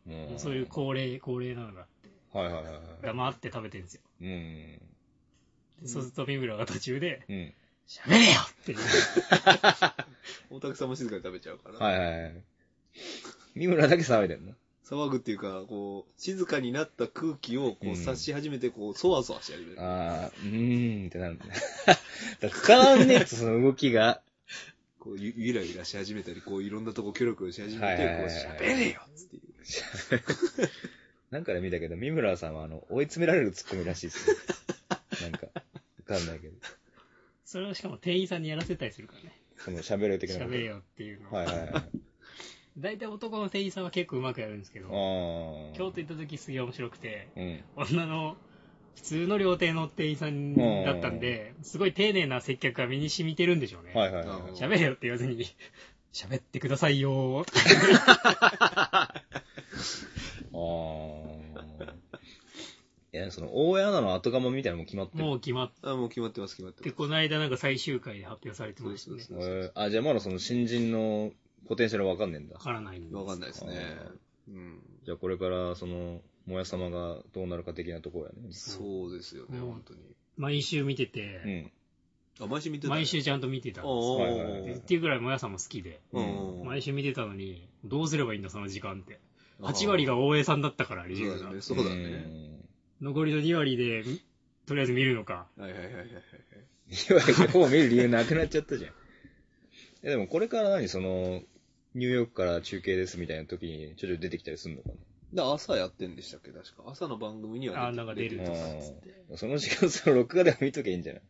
C: も
B: そういう恒例、恒例なのが、
C: はいはいはいは
B: 黙って食べてるんですよ。
C: い。うん。
B: でそうすると三村が途中で、
C: うん。
B: 喋れよっていう。
A: 大竹さんも静かに食べちゃうから。
C: はいはいはい。三村だけ騒いでんの
A: 騒ぐっていうか、こう、静かになった空気をこう察し始めて、こう、そわそわし始める。
C: あー、うーんってなるんだ。 <laughs> だから伝わんねえと、その動きが。
A: こう、ゆゆらゆらし始めたり、こう、いろんなとこ協力をし始
C: は
A: め
C: いはいはい
A: て、こう、喋れよっつっていう。
C: なんかで見たけど、三村さんはあの、追い詰められるツッコミらしいですよ。なんか、わかんないけど。
B: それをしかも店員さんにやらせたりするからね。
C: その喋る的な
B: 喋れよっていうのを。
C: はいはいはい。あ
B: 大体男の店員さんは結構うまくやるんですけど、
C: あ。
B: 京都行った時すげえ面白くて、
C: うん。
B: 女の普通の料亭の店員さんだったんで、すごい丁寧な接客が身に染みてるんでしょうね。
C: はいはいはい。
B: 喋れよって言わずに、喋ってくださいよー。
C: <laughs> ああ。いや、その、大江アナの後釜みたいなのも決まってる。
B: もう決まっ
A: あ、もう決まってます、決まって
B: て、
A: ま
B: この間なんか最終回で発表されてましたね
A: そうです。ね。
C: えーあ、じゃあまだその新人のポテンシャルわかんねえんだ
B: わ。からないんです
A: わかんないですね。うん。
C: じゃあこれから、その、もや様がどうなるか的なところやね。
A: そうですよね、
B: うん
A: 本当に。
B: 毎週見て
C: う
B: て、
C: ん。
A: あ、毎週見てた、
B: 毎週。ちゃんと見てたんですよ
A: お
C: はいはい
B: で
C: は
B: っ
C: い
B: ていうぐらいもやさんも好きで、
A: うん。
B: 毎週見てたのに、どうすればいいんだ、その時間って。
A: あー
B: 8割が大江さんだったから、リ
A: そ
B: ジェ
A: う
B: ン
A: だ
B: が
A: ね、。そうだね。
B: 残りの2割で、んとりあえず見るのか。
A: はいはいはいはいはい。
C: うん。いわゆるもう見る理由なくなっちゃったじゃん。い <laughs> やでもこれから何その、ニューヨークから中継ですみたいな時にちょっと出てきたりするのか
A: だ朝やってんでしたっけ、確か。朝の番組には
B: あーなんか出る
A: 出
B: と
A: て
B: か
A: る
B: っ
C: うん
B: つって。
C: なその時間、その録画でも見とけばいいんじゃない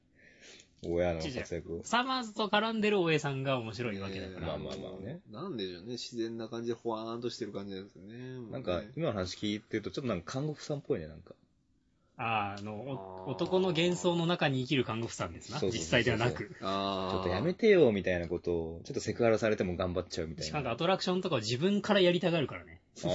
C: 大江アナの活躍を。
B: サマーズと絡んでる大江さんが面白いわけだか
C: ね
B: ら。
C: まあまあまあね。
A: なんでしょうね、自然な感じでほわーんとしてる感じなんですよね。
C: なんか、今の話聞いてると、ちょっとなんか韓国さんっぽいね、なんか。
B: あーあの、お
A: あー
B: 男の幻想の中に生きる看護婦さんですな。
C: そうそう
B: 実
C: そう
B: 際ではなく。
A: あ
C: ち
A: あ。
C: ょっとやめてよ、みたいなことを、ちょっとセクハラされても頑張っちゃうみた
B: し
C: い
B: か
C: な。
B: もアトラクションとかを自分からやりたがるからね。
C: あ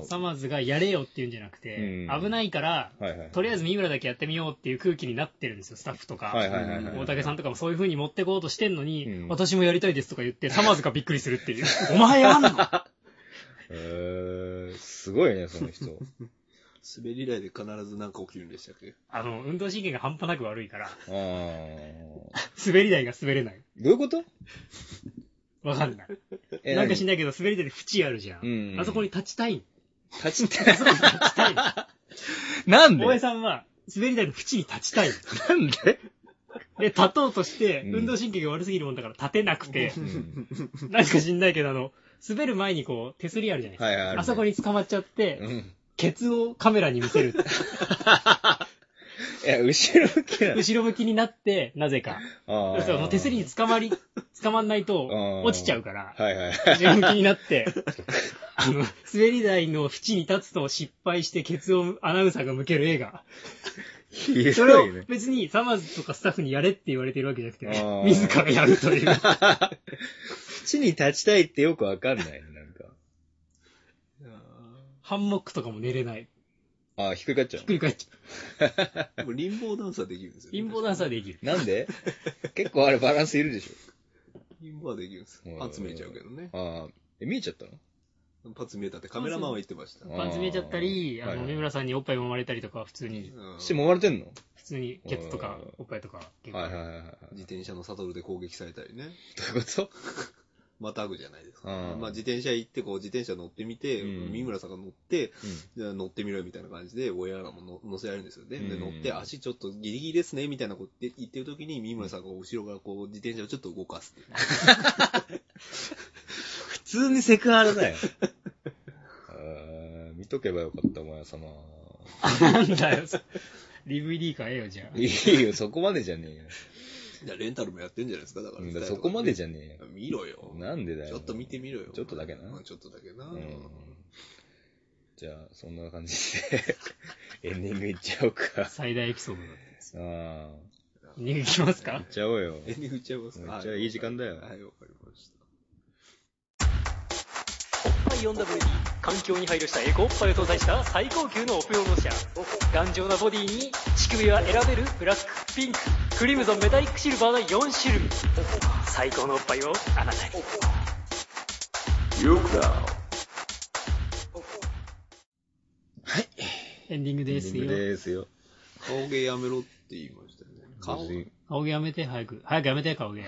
C: あ。
B: サマーズがやれよって言うんじゃなくて、
C: うん
B: 危ないから、
C: はいはい。
B: とりあえず三村だけやってみようっていう空気になってるんですよ、スタッフとか。
C: はいはいはいはい。
B: 大竹さんとかもそういう風に持ってこうとしてんのに、
C: うん
B: 私もやりたいですとか言
C: <laughs>
B: って、サマーズがびっくりするっていう。お前やんの
C: えー、すごいね、その人。
A: 滑り台で必ずなんか起きるんでしたっけ
B: あの、運動神経が半端なく悪いから、
C: あー
B: 滑り台が滑れない。
C: どういうこと
B: わかんない。
C: え
B: なんかし
C: な
B: ないけど、滑り台で縁あるじゃん。
C: うんうん
B: あそこに立ちたい。
C: 立ちたい。
B: 立ちたい。
C: なん
B: 大江
C: で
B: さんは、滑り台の縁に立ちたい。
C: なんで、
B: で、立とうとして、
C: うん
B: 運動神経が悪すぎるもんだから立てなくて
C: う、ん、
B: なんかしんないけど、あの、滑る前にこう、手すりあるじゃないですか。
C: はいはい、るね
B: あそこ。に捕まっちゃって、
C: うん。
B: ケツをカメラに見
C: <laughs>
B: せる。
C: いや、後ろ向きなの。
B: 後ろ向きになって、なぜか。
C: あー
B: そう、もう手すりに捕
C: <laughs>
B: まり、捕まんないと
C: あー、
B: 落ちちゃうから、
C: はいはい。
B: 後ろ向きにな
C: <laughs>
B: って、あの、滑り台の縁に立つと失敗して、ケツをアナウンサーが向ける映画。
C: ひどいね。
B: それを別にサマーズとかスタッフにやれって言われてるわけじゃなくて
C: あー、
B: 自らやるという。
C: <laughs> 地に立ちたいってよくわかんないね、なんか。
B: ハンモックとかも寝れない。
C: あー、ひっくり返っちゃ
B: ひっくり返っちゃう。
A: でもリンボーダンサーできるんですよ、ね。
B: 貧乏ダンサーできる。
C: う。なんで結構あれバランスいるでし
A: リンボーはできるんです
C: うん。
A: パンツ見えちゃうけどね。
C: ょ。ああ。え、見えちゃったの
A: パンツ見えたってカメラマンは言ってました。
C: うん
A: う
C: あー
B: パンツ見えちゃったり、あ
C: はい
B: の、
C: はい
B: 三村さんにおっぱい揉まれたりとか、普通に、
A: ん
C: して揉まれてんの
B: 普通にケツとか
C: うん
B: おっぱいとか、結構
C: はいはいはいはい。
A: 自転車のサドルで攻撃されたりね。
C: どういうこと
A: <laughs> またぐじゃないですか。
C: うん
A: まあ自転車行って、こう自転車乗ってみて、
C: うん
A: 三村さんが乗って、
C: うん
A: じゃあ乗ってみろよみたいな感じで、親がもの乗せられるんですよね。
C: う
A: で、
C: ん
A: 乗って足ちょっとギリギリですね、みたいなこと言って言ってる時に、三村さんが後ろからこう自転車をちょっと動かすっていう。
C: 普通にセクハラだよ。 <laughs> えー見とけばよかった、お前様。
B: なんだよ。DVD 買えよ、じゃあ。
C: いいよ、そこまでじゃねえよ
A: じゃあレンタルもやってんじゃないですか、だから。
C: うんだ。そこまでじ
A: ゃ
C: ゃねえよ。
A: 見ろよ。
C: なんでだ
A: ち
C: よ。
A: ょっと見てみろよ。
C: ちょっとだけな
A: うんちょっとだけな。
C: うんじゃあ、そんな感じで、エンディングいっちゃおうか。
B: 最大エピソードだったんですよ。
C: ああ、
B: 逃げきますか
C: いっちゃおうよ。
A: エンディングいっちゃいます
C: うん
A: か。
C: じゃあいい時間だよ
A: はい、わかりました。
B: おっぱい 4WD 環境に配慮したエコおっぱいを搭載した最高級のオプ用納車頑丈なボディに乳首は選べるブラックピンククリムゾンメタリックシルバーの4種類最高のおっぱいをあなたに
C: はい。
B: エンディング
C: エン
B: で
C: ディ
B: す
C: ング
B: よ
C: ですよ。
A: 顔芸やめろって言いましたよね。顔
C: 別に
B: 顔毛やめて早く早くやめて顔毛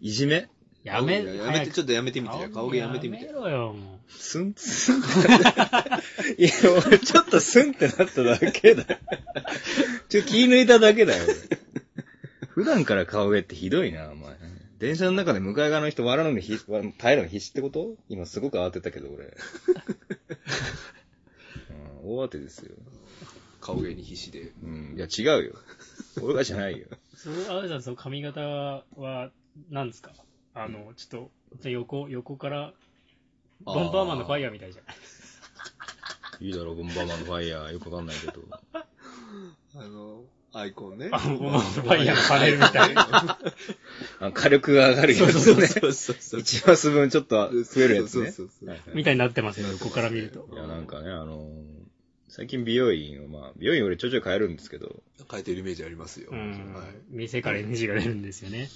C: いじめ
B: やめ
A: いややめて、
B: 早く
A: ちょっとやめてみて。顔芸やめてみて
B: や。めろよも
C: スンスンってなった。いや、俺ちょっとスンってなっただけだよ。ちょ、気抜いただけだよ。俺普段から顔上ってひどいな、お前。電車の中で向かい側の人笑うのにひ笑耐えるの必死ってこと今すごく慌てたけど、俺。うん大当てですよ。
A: 顔芸に必死で。
C: うん。いや、違うよ。俺がじゃないよ。
B: それ、あれさん、その髪型は、何ですかあの、ちょっと、横、横から、
A: あー
B: バンパーマンのファイヤーみたいじゃん。
C: いいだろ、ボンバーマンのファイヤー。よくわかんないけど。
A: あの、アイコンね。
B: あのボンバーマンのファイヤーのパネルみたい <laughs>
A: な。
C: あ火力が上がる
A: そ
C: や
A: う
C: つ
A: そう
C: ね。
A: そうそう。
C: 一マス分ちょっと増えるやつね。
A: そうそうそう
C: はいはい
B: みたいになってますよ、横から見ると。
C: いや、なんかね、あのー最近美容院を、まあ、美容院俺ちょいちょい変えるんですけど、
A: 変えてるイメージありますよ。
B: う
A: は
B: ん
A: い。
B: 店から NG が出るんですよね。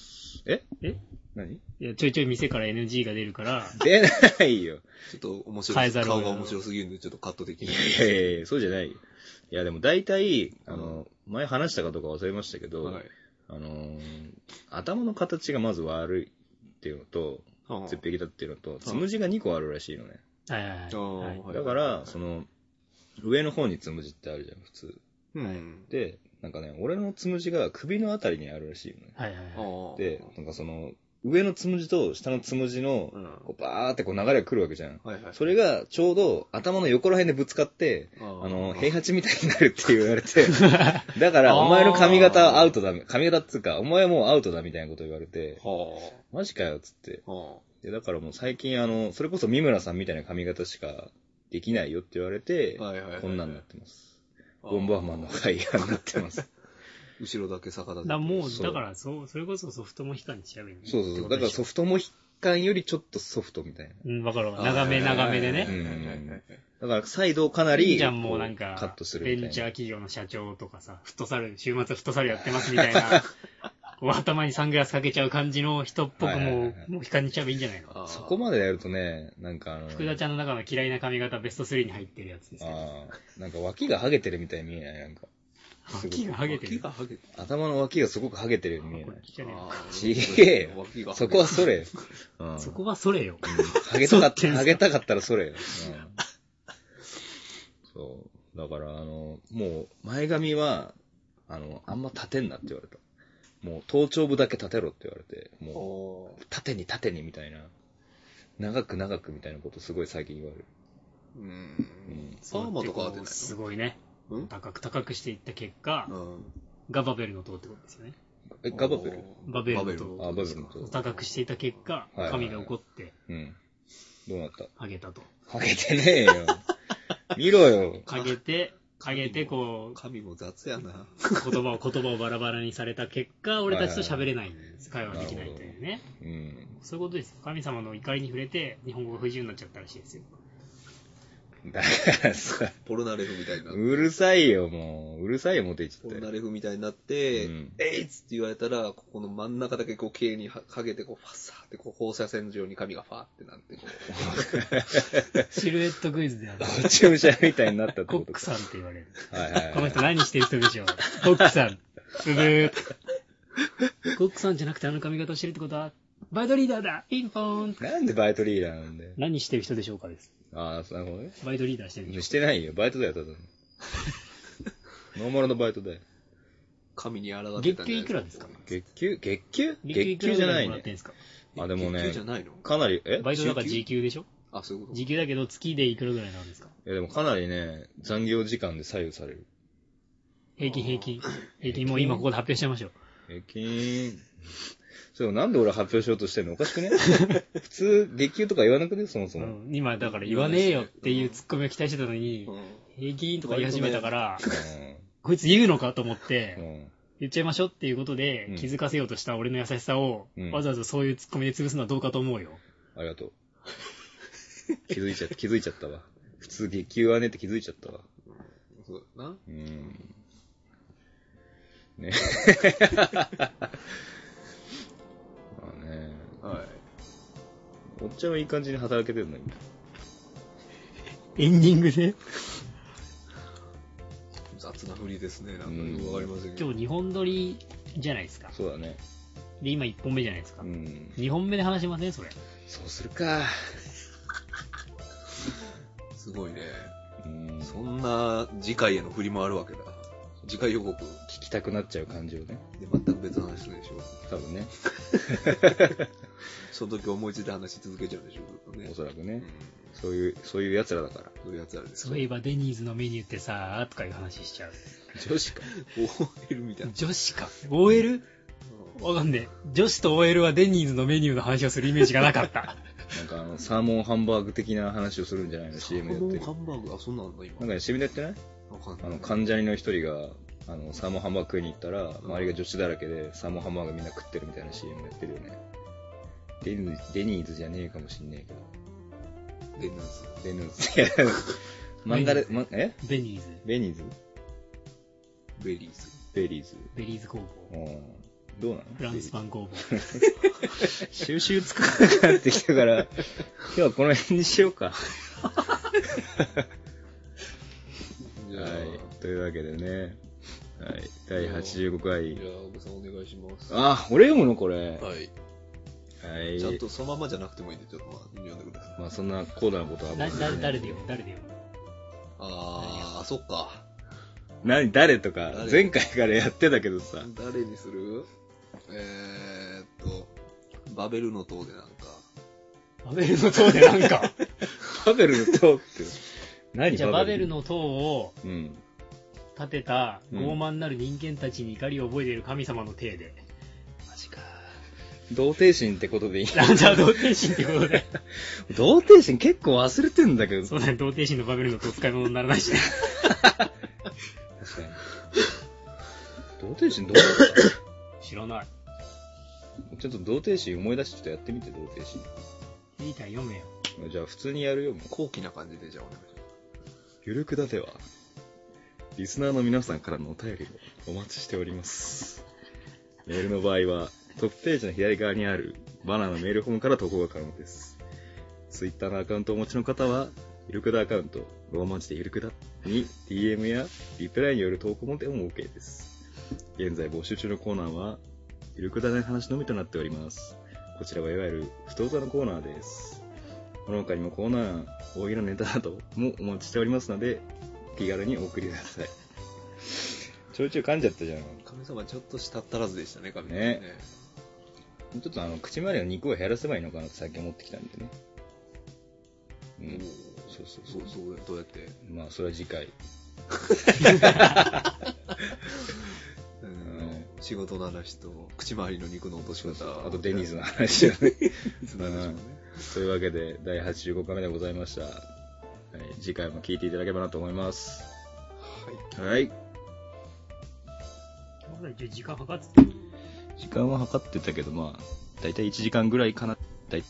C: え
B: え
C: 何 <laughs>
B: いや、ちょいちょい店から NG が出るから、
C: 出ないよ。
A: ちょっと面
B: 変
A: 白
B: えざ
A: い。
B: るを
A: 顔
B: 得ない
A: が面白すぎるんで、ちょっとカットでき
B: <laughs>
A: ない。
C: いやいやいや、そうじゃないよ。いや、でも大体、あの、前話したかどうか忘れましたけど、
A: はい。
C: あのー頭の形がまず悪いっていうのと、
A: あ
C: 絶壁だっていうのと、つむじが2個あるらしいのね。
B: はいはいはい
A: あー
B: はい。
A: はい
C: だから、その、上の方につむじってあるじゃん、普通。
A: うん。
C: で、なんかね、俺のつむじが首のあたりにあるらしいのね。
B: はいはいはい。
A: ああ。
C: で、なんかその、上のつむじと下のつむじの
A: う、ん。
C: こうバーってこう流れが来るわけじゃん。
A: はいはい。
C: それがちょうど頭の横ら辺でぶつかって、
A: あ
C: あ
A: ー
C: の、平八みたいになるって言わ
A: <laughs>
C: れて、だから
B: あー
C: お前の髪型はアウトだ、髪型っつうか、お前はもうアウトだみたいなこと言われて、
A: は
C: マジかよっつって。
A: あ。は
C: で、だからもう最近あの、それこそ三村さんみたいな髪型しかできないよって言われて
A: あ。、はいはいはい。
C: こんなんになってます。
A: あー
C: ボンバーマンのファイヤーになって
A: <laughs>
C: ます。
A: 後ろだけ逆立てて
B: だも
C: そう
B: う、だから、そう、それこそソフトも非かに調べる。
C: そうそうそう。だからソフトも引っかんよりちょっとソフトみたいな。
B: うん、わかるわ。長め長めで
A: は
B: ね。
A: いはいはいはい
C: だからサイドをかないり
B: いじゃん、もうなん
C: こうカッ
B: か
C: トす、る
B: ベ
C: みたいな。
B: ンチャー企業の社長とかさ、フットサル、週末フットサルやってますみたい
C: <laughs>
B: な、こう頭にサングラスかけちゃう感じの人っぽく
C: はいはいは
B: も、
C: いはいう
B: もう非かに調べいいんじゃないの
A: あー
C: そこまでやるとね、なんかあの、
B: 福田ちゃんの中の嫌いな髪型ベスト3に入ってるやつですね。
C: ああ、なんか脇がハゲてるみたいに見えないなんか。
B: 脇がハゲて
A: 脇
B: る。
A: がハゲて
C: 頭の脇がすごくハゲてるように見え
B: こ
C: な
B: れ
C: い。
B: 聞けねえ
A: あー
C: ちげえよ
A: 脇がハゲてる
C: そこはそれよ。うん
B: そこはそれよ。
C: ハゲたか
B: そ
C: った、
B: う
C: ハゲたかったらそれよ。うんそう。だから、あの、もう、前髪は、あの、あんま立てんなって言われた。もう、頭頂部だけ立てろって言われて、も
A: お
C: う、縦に縦にみたいな。長く長くみたいなことすごい最近言われる。
A: ーうん。パーマとか当てない
B: すごいね。
A: のうん
B: 高く高くしていった結果、
A: うん
B: がバベルの塔ってことですよね。
C: え、ガバペル
B: バベルの
C: あ、バ
B: 塔。
C: ブルのと。
B: 高くしていた結果
C: いはいは、い
B: 神が怒って、
C: うん。どうなった
B: ハゲた
C: <laughs>
B: と。
C: ハゲてねえよ。見ろよ。
B: ハゲて、ハゲて、こう、
A: 髪も雑やな。
B: <laughs> 言葉を、言葉をバラバラにされた結果、俺たちと喋れないんです。会話できないというね。
C: うん。
B: そういうことですよ。神様の怒りに触れて、日本語が不自由になっちゃったらしいですよ。
C: だからさ、
A: ポルナレフみたいになって。
C: うるさいよ、もう。うるさいよ、モテちっ
A: ポルナ
C: て。
A: レフみたいになって、
C: うん
A: えいっつって言われたら、ここの真ん中だけこう、毛にはかけて、こう、ファッサーって、こう、放射線状に髪がファーってなって、こ
B: <laughs> シルエットクイズである。
C: 落ち武者みたいになったって
B: <laughs> コ
C: こ
B: ッ
C: と
B: ク
C: か。
B: さんって言われる。
C: はいはいはい。
B: この人何してる人でしょう。コック <laughs> さん。ブブー。コックさんじゃなくてあの髪型してるってことは、バイトリーダーだピンポーン
C: なんでバイトリーダーなんだよ。
B: 何してる人でしょうかです。
C: ああ、なるほどね。
B: バイトリーダーしてるんでしょ
C: してないよ、バイトだよ、ただの。ノーマルのバイトだよ。
A: う、髪に抗ってたんじゃな
B: 月給い
A: い
B: くらですか
C: 月給月給
B: う月
C: 月
B: 給
C: 給
B: じ
C: じ
B: ゃ
C: ゃ
B: な
C: ないい
B: もらってん
C: ね。
B: すか
C: あ、でも
A: 月給
C: ね
A: じゃ、ないの
C: かなり、え
B: バイトだから時
C: 時
B: 給でしょ
A: あ、そういうこと
B: 時給だけど月でいくらぐらいなんですか
C: いや、でもかなりね、残業時間で左右される。
B: 平均平均。平均もう今ここで発表しちゃいましょう。
C: 平均。 <laughs> それなんで俺発表しようとしてんのおかしくね <laughs> 普通、月給とか言わなくねそもそうも。
B: ん、今だから言わねえよっていうツッコミを期待してたのに
A: う、ん
B: 平均とか言い始めたから、
C: う
B: <laughs> こいつ言うのかと思っ
C: ん。
B: て、
C: うん
B: 言っちゃいましょうっていうことで
C: うん
B: 気づかせようとした俺の優しさを
C: うん、
B: わざわざそういうツッコミで潰すのはどうかと思うよ。
C: ありがとう。気づいちゃった、気づいちゃったわ。普通月給はねって気づいちゃったわ。
A: そうだな。
C: うん。ね。 <laughs> まあね。
A: はい。
C: おっちゃんはいい感じに働けてるのに。
B: エンディングで
A: 雑な振りですね。なんか
C: う
A: よ
C: ん
A: くわかりませんけど。
B: 今日2本撮りじゃないですか。
C: そうだね。
B: で、今1本目じゃないですか
C: う。ん。
B: 2本目で話しませんそれ。
C: そうするか。
A: すごいね。
C: うん。
A: そんな次回への振りもあるわけだ。次回予告、
C: 聞きたくなっちゃう感じをね。
A: で全く別の話するでしょ。
C: 多分ね。
A: その時思いついた話し続けちゃうでしょ、ずっとね
C: お。そらくね。
A: うん
C: そういう、そういう奴らだから。
A: そういうやつあるんです
B: そういえばデニーズのメニューってさとかいう話しちゃう。
C: 女子か。
A: OL みたいな。
B: 女子か。OL? わかんねえ。女子と OL はデニーズのメニューの話をするイメージがなかった。
C: なんかあの、サーモンハンバーグ的な話をするんじゃないの ?CM
A: サ
C: や
A: ー
C: っ
A: モ
C: て
A: ン
C: る。
A: ハンバーグ、あ、そんなんだ、
C: な
A: 今。
C: んかね、CM でやってない
A: わかんない。
C: あの、関ジャニの一人が、あの、サーモンハンバーグ食いに行ったら、周りが女子だらけで、サーモンハンバーグみんな食ってるみたいな CM やってるよね。デニーズ、デニーズじゃねえかもしんねえけど。
A: デニーズ。
C: デ
A: <laughs>
C: ニーズ。漫画で、ま、え
B: デニーズ。
C: ベニーズ
A: ベリーズ。
C: ベリーズ。
B: ベリーズ工
C: う
B: 房。
C: ん。どうなの
B: フランスパン工房。
C: 収集つかなくなってきた <laughs> から、今日はこの辺にしようか。
A: じゃあ、
C: はい。というわけでね、はい。第85回
A: じゃ。あ、小部さんお願いします。は
C: あ、俺読むのこれ。
A: い。
C: はい。
A: ちゃんとそのままじゃなくてもいいんで、ちょっとまあ、読んでください。
C: まあそんな高度なことは
B: だ
C: 僕
B: だ誰でよ誰でよ
A: あー、そっか。
C: 何、誰とか
A: 誰、
C: 前回からやってたけどさ。
A: 誰にするえーっと、バベルの塔でなんか、
B: バベルの塔でなんか。
C: バベルの塔って。 <laughs> 何
B: じゃあバベル。の塔を
C: うん。
B: 建てた傲慢なる人間たちに怒りを覚えている神様の体で。マジか。
C: 童貞心ってことでい
B: <laughs>
C: い
B: じゃあ童貞心ってことで。
C: 童貞心結構忘れてんだけど。
B: そうだね、童貞心のバベルの塔使い物にならないしね。
C: 確かに。童貞心どう <coughs> だっ
B: 知らない。
C: たちょっと童貞心思い出してちょっとやってみて、童貞心。
B: いいから読めよ。
C: じゃあ普通にやるよ、もう。
A: 高貴な感じでじゃあお願いしま
C: ゆるくだては、リスナーの皆さんからのお便りをお待ちしております。メールの場合は、トップページの左側にあるバナーのメールフォームから投稿が可能です。ツイッターのアカウントをお持ちの方は、ゆるくだアカウント、ローマ字でゆるくだに DM やリプライによる投稿もでも OK です。現在募集中のコーナーは、ゆるくだの話のみとなっております。こちらはいわゆる不当座のコーナーです。この他にもコーナー、大喜利のネタなどもお待ちしておりますので、気軽にお送りください。ちょいちょい噛んじゃったじゃん。
A: す。神様ちょっとしたったらずでしたね、神様
C: ねちょっとあの、口周りの肉を減らせばいいのかなって最近思ってきたんでね。
A: お
C: う
A: ー
C: ん。そうそうそう。
A: そうそうどうやって
C: まあ、それは次回。
A: うん仕事の話と、口周りの肉の落とし
C: そうそう
A: 方。
C: あと、デニーズの話
A: <laughs>
C: をね。
A: ズの話もね。
C: というわけで、第85回目でございました。はい、次回も聞いていただければなと思います。
A: はい。
C: はい。
B: ほらじゃあ時間計って
C: 時間は測ってたけど、まあ、だいたい1時間ぐらいかな。だい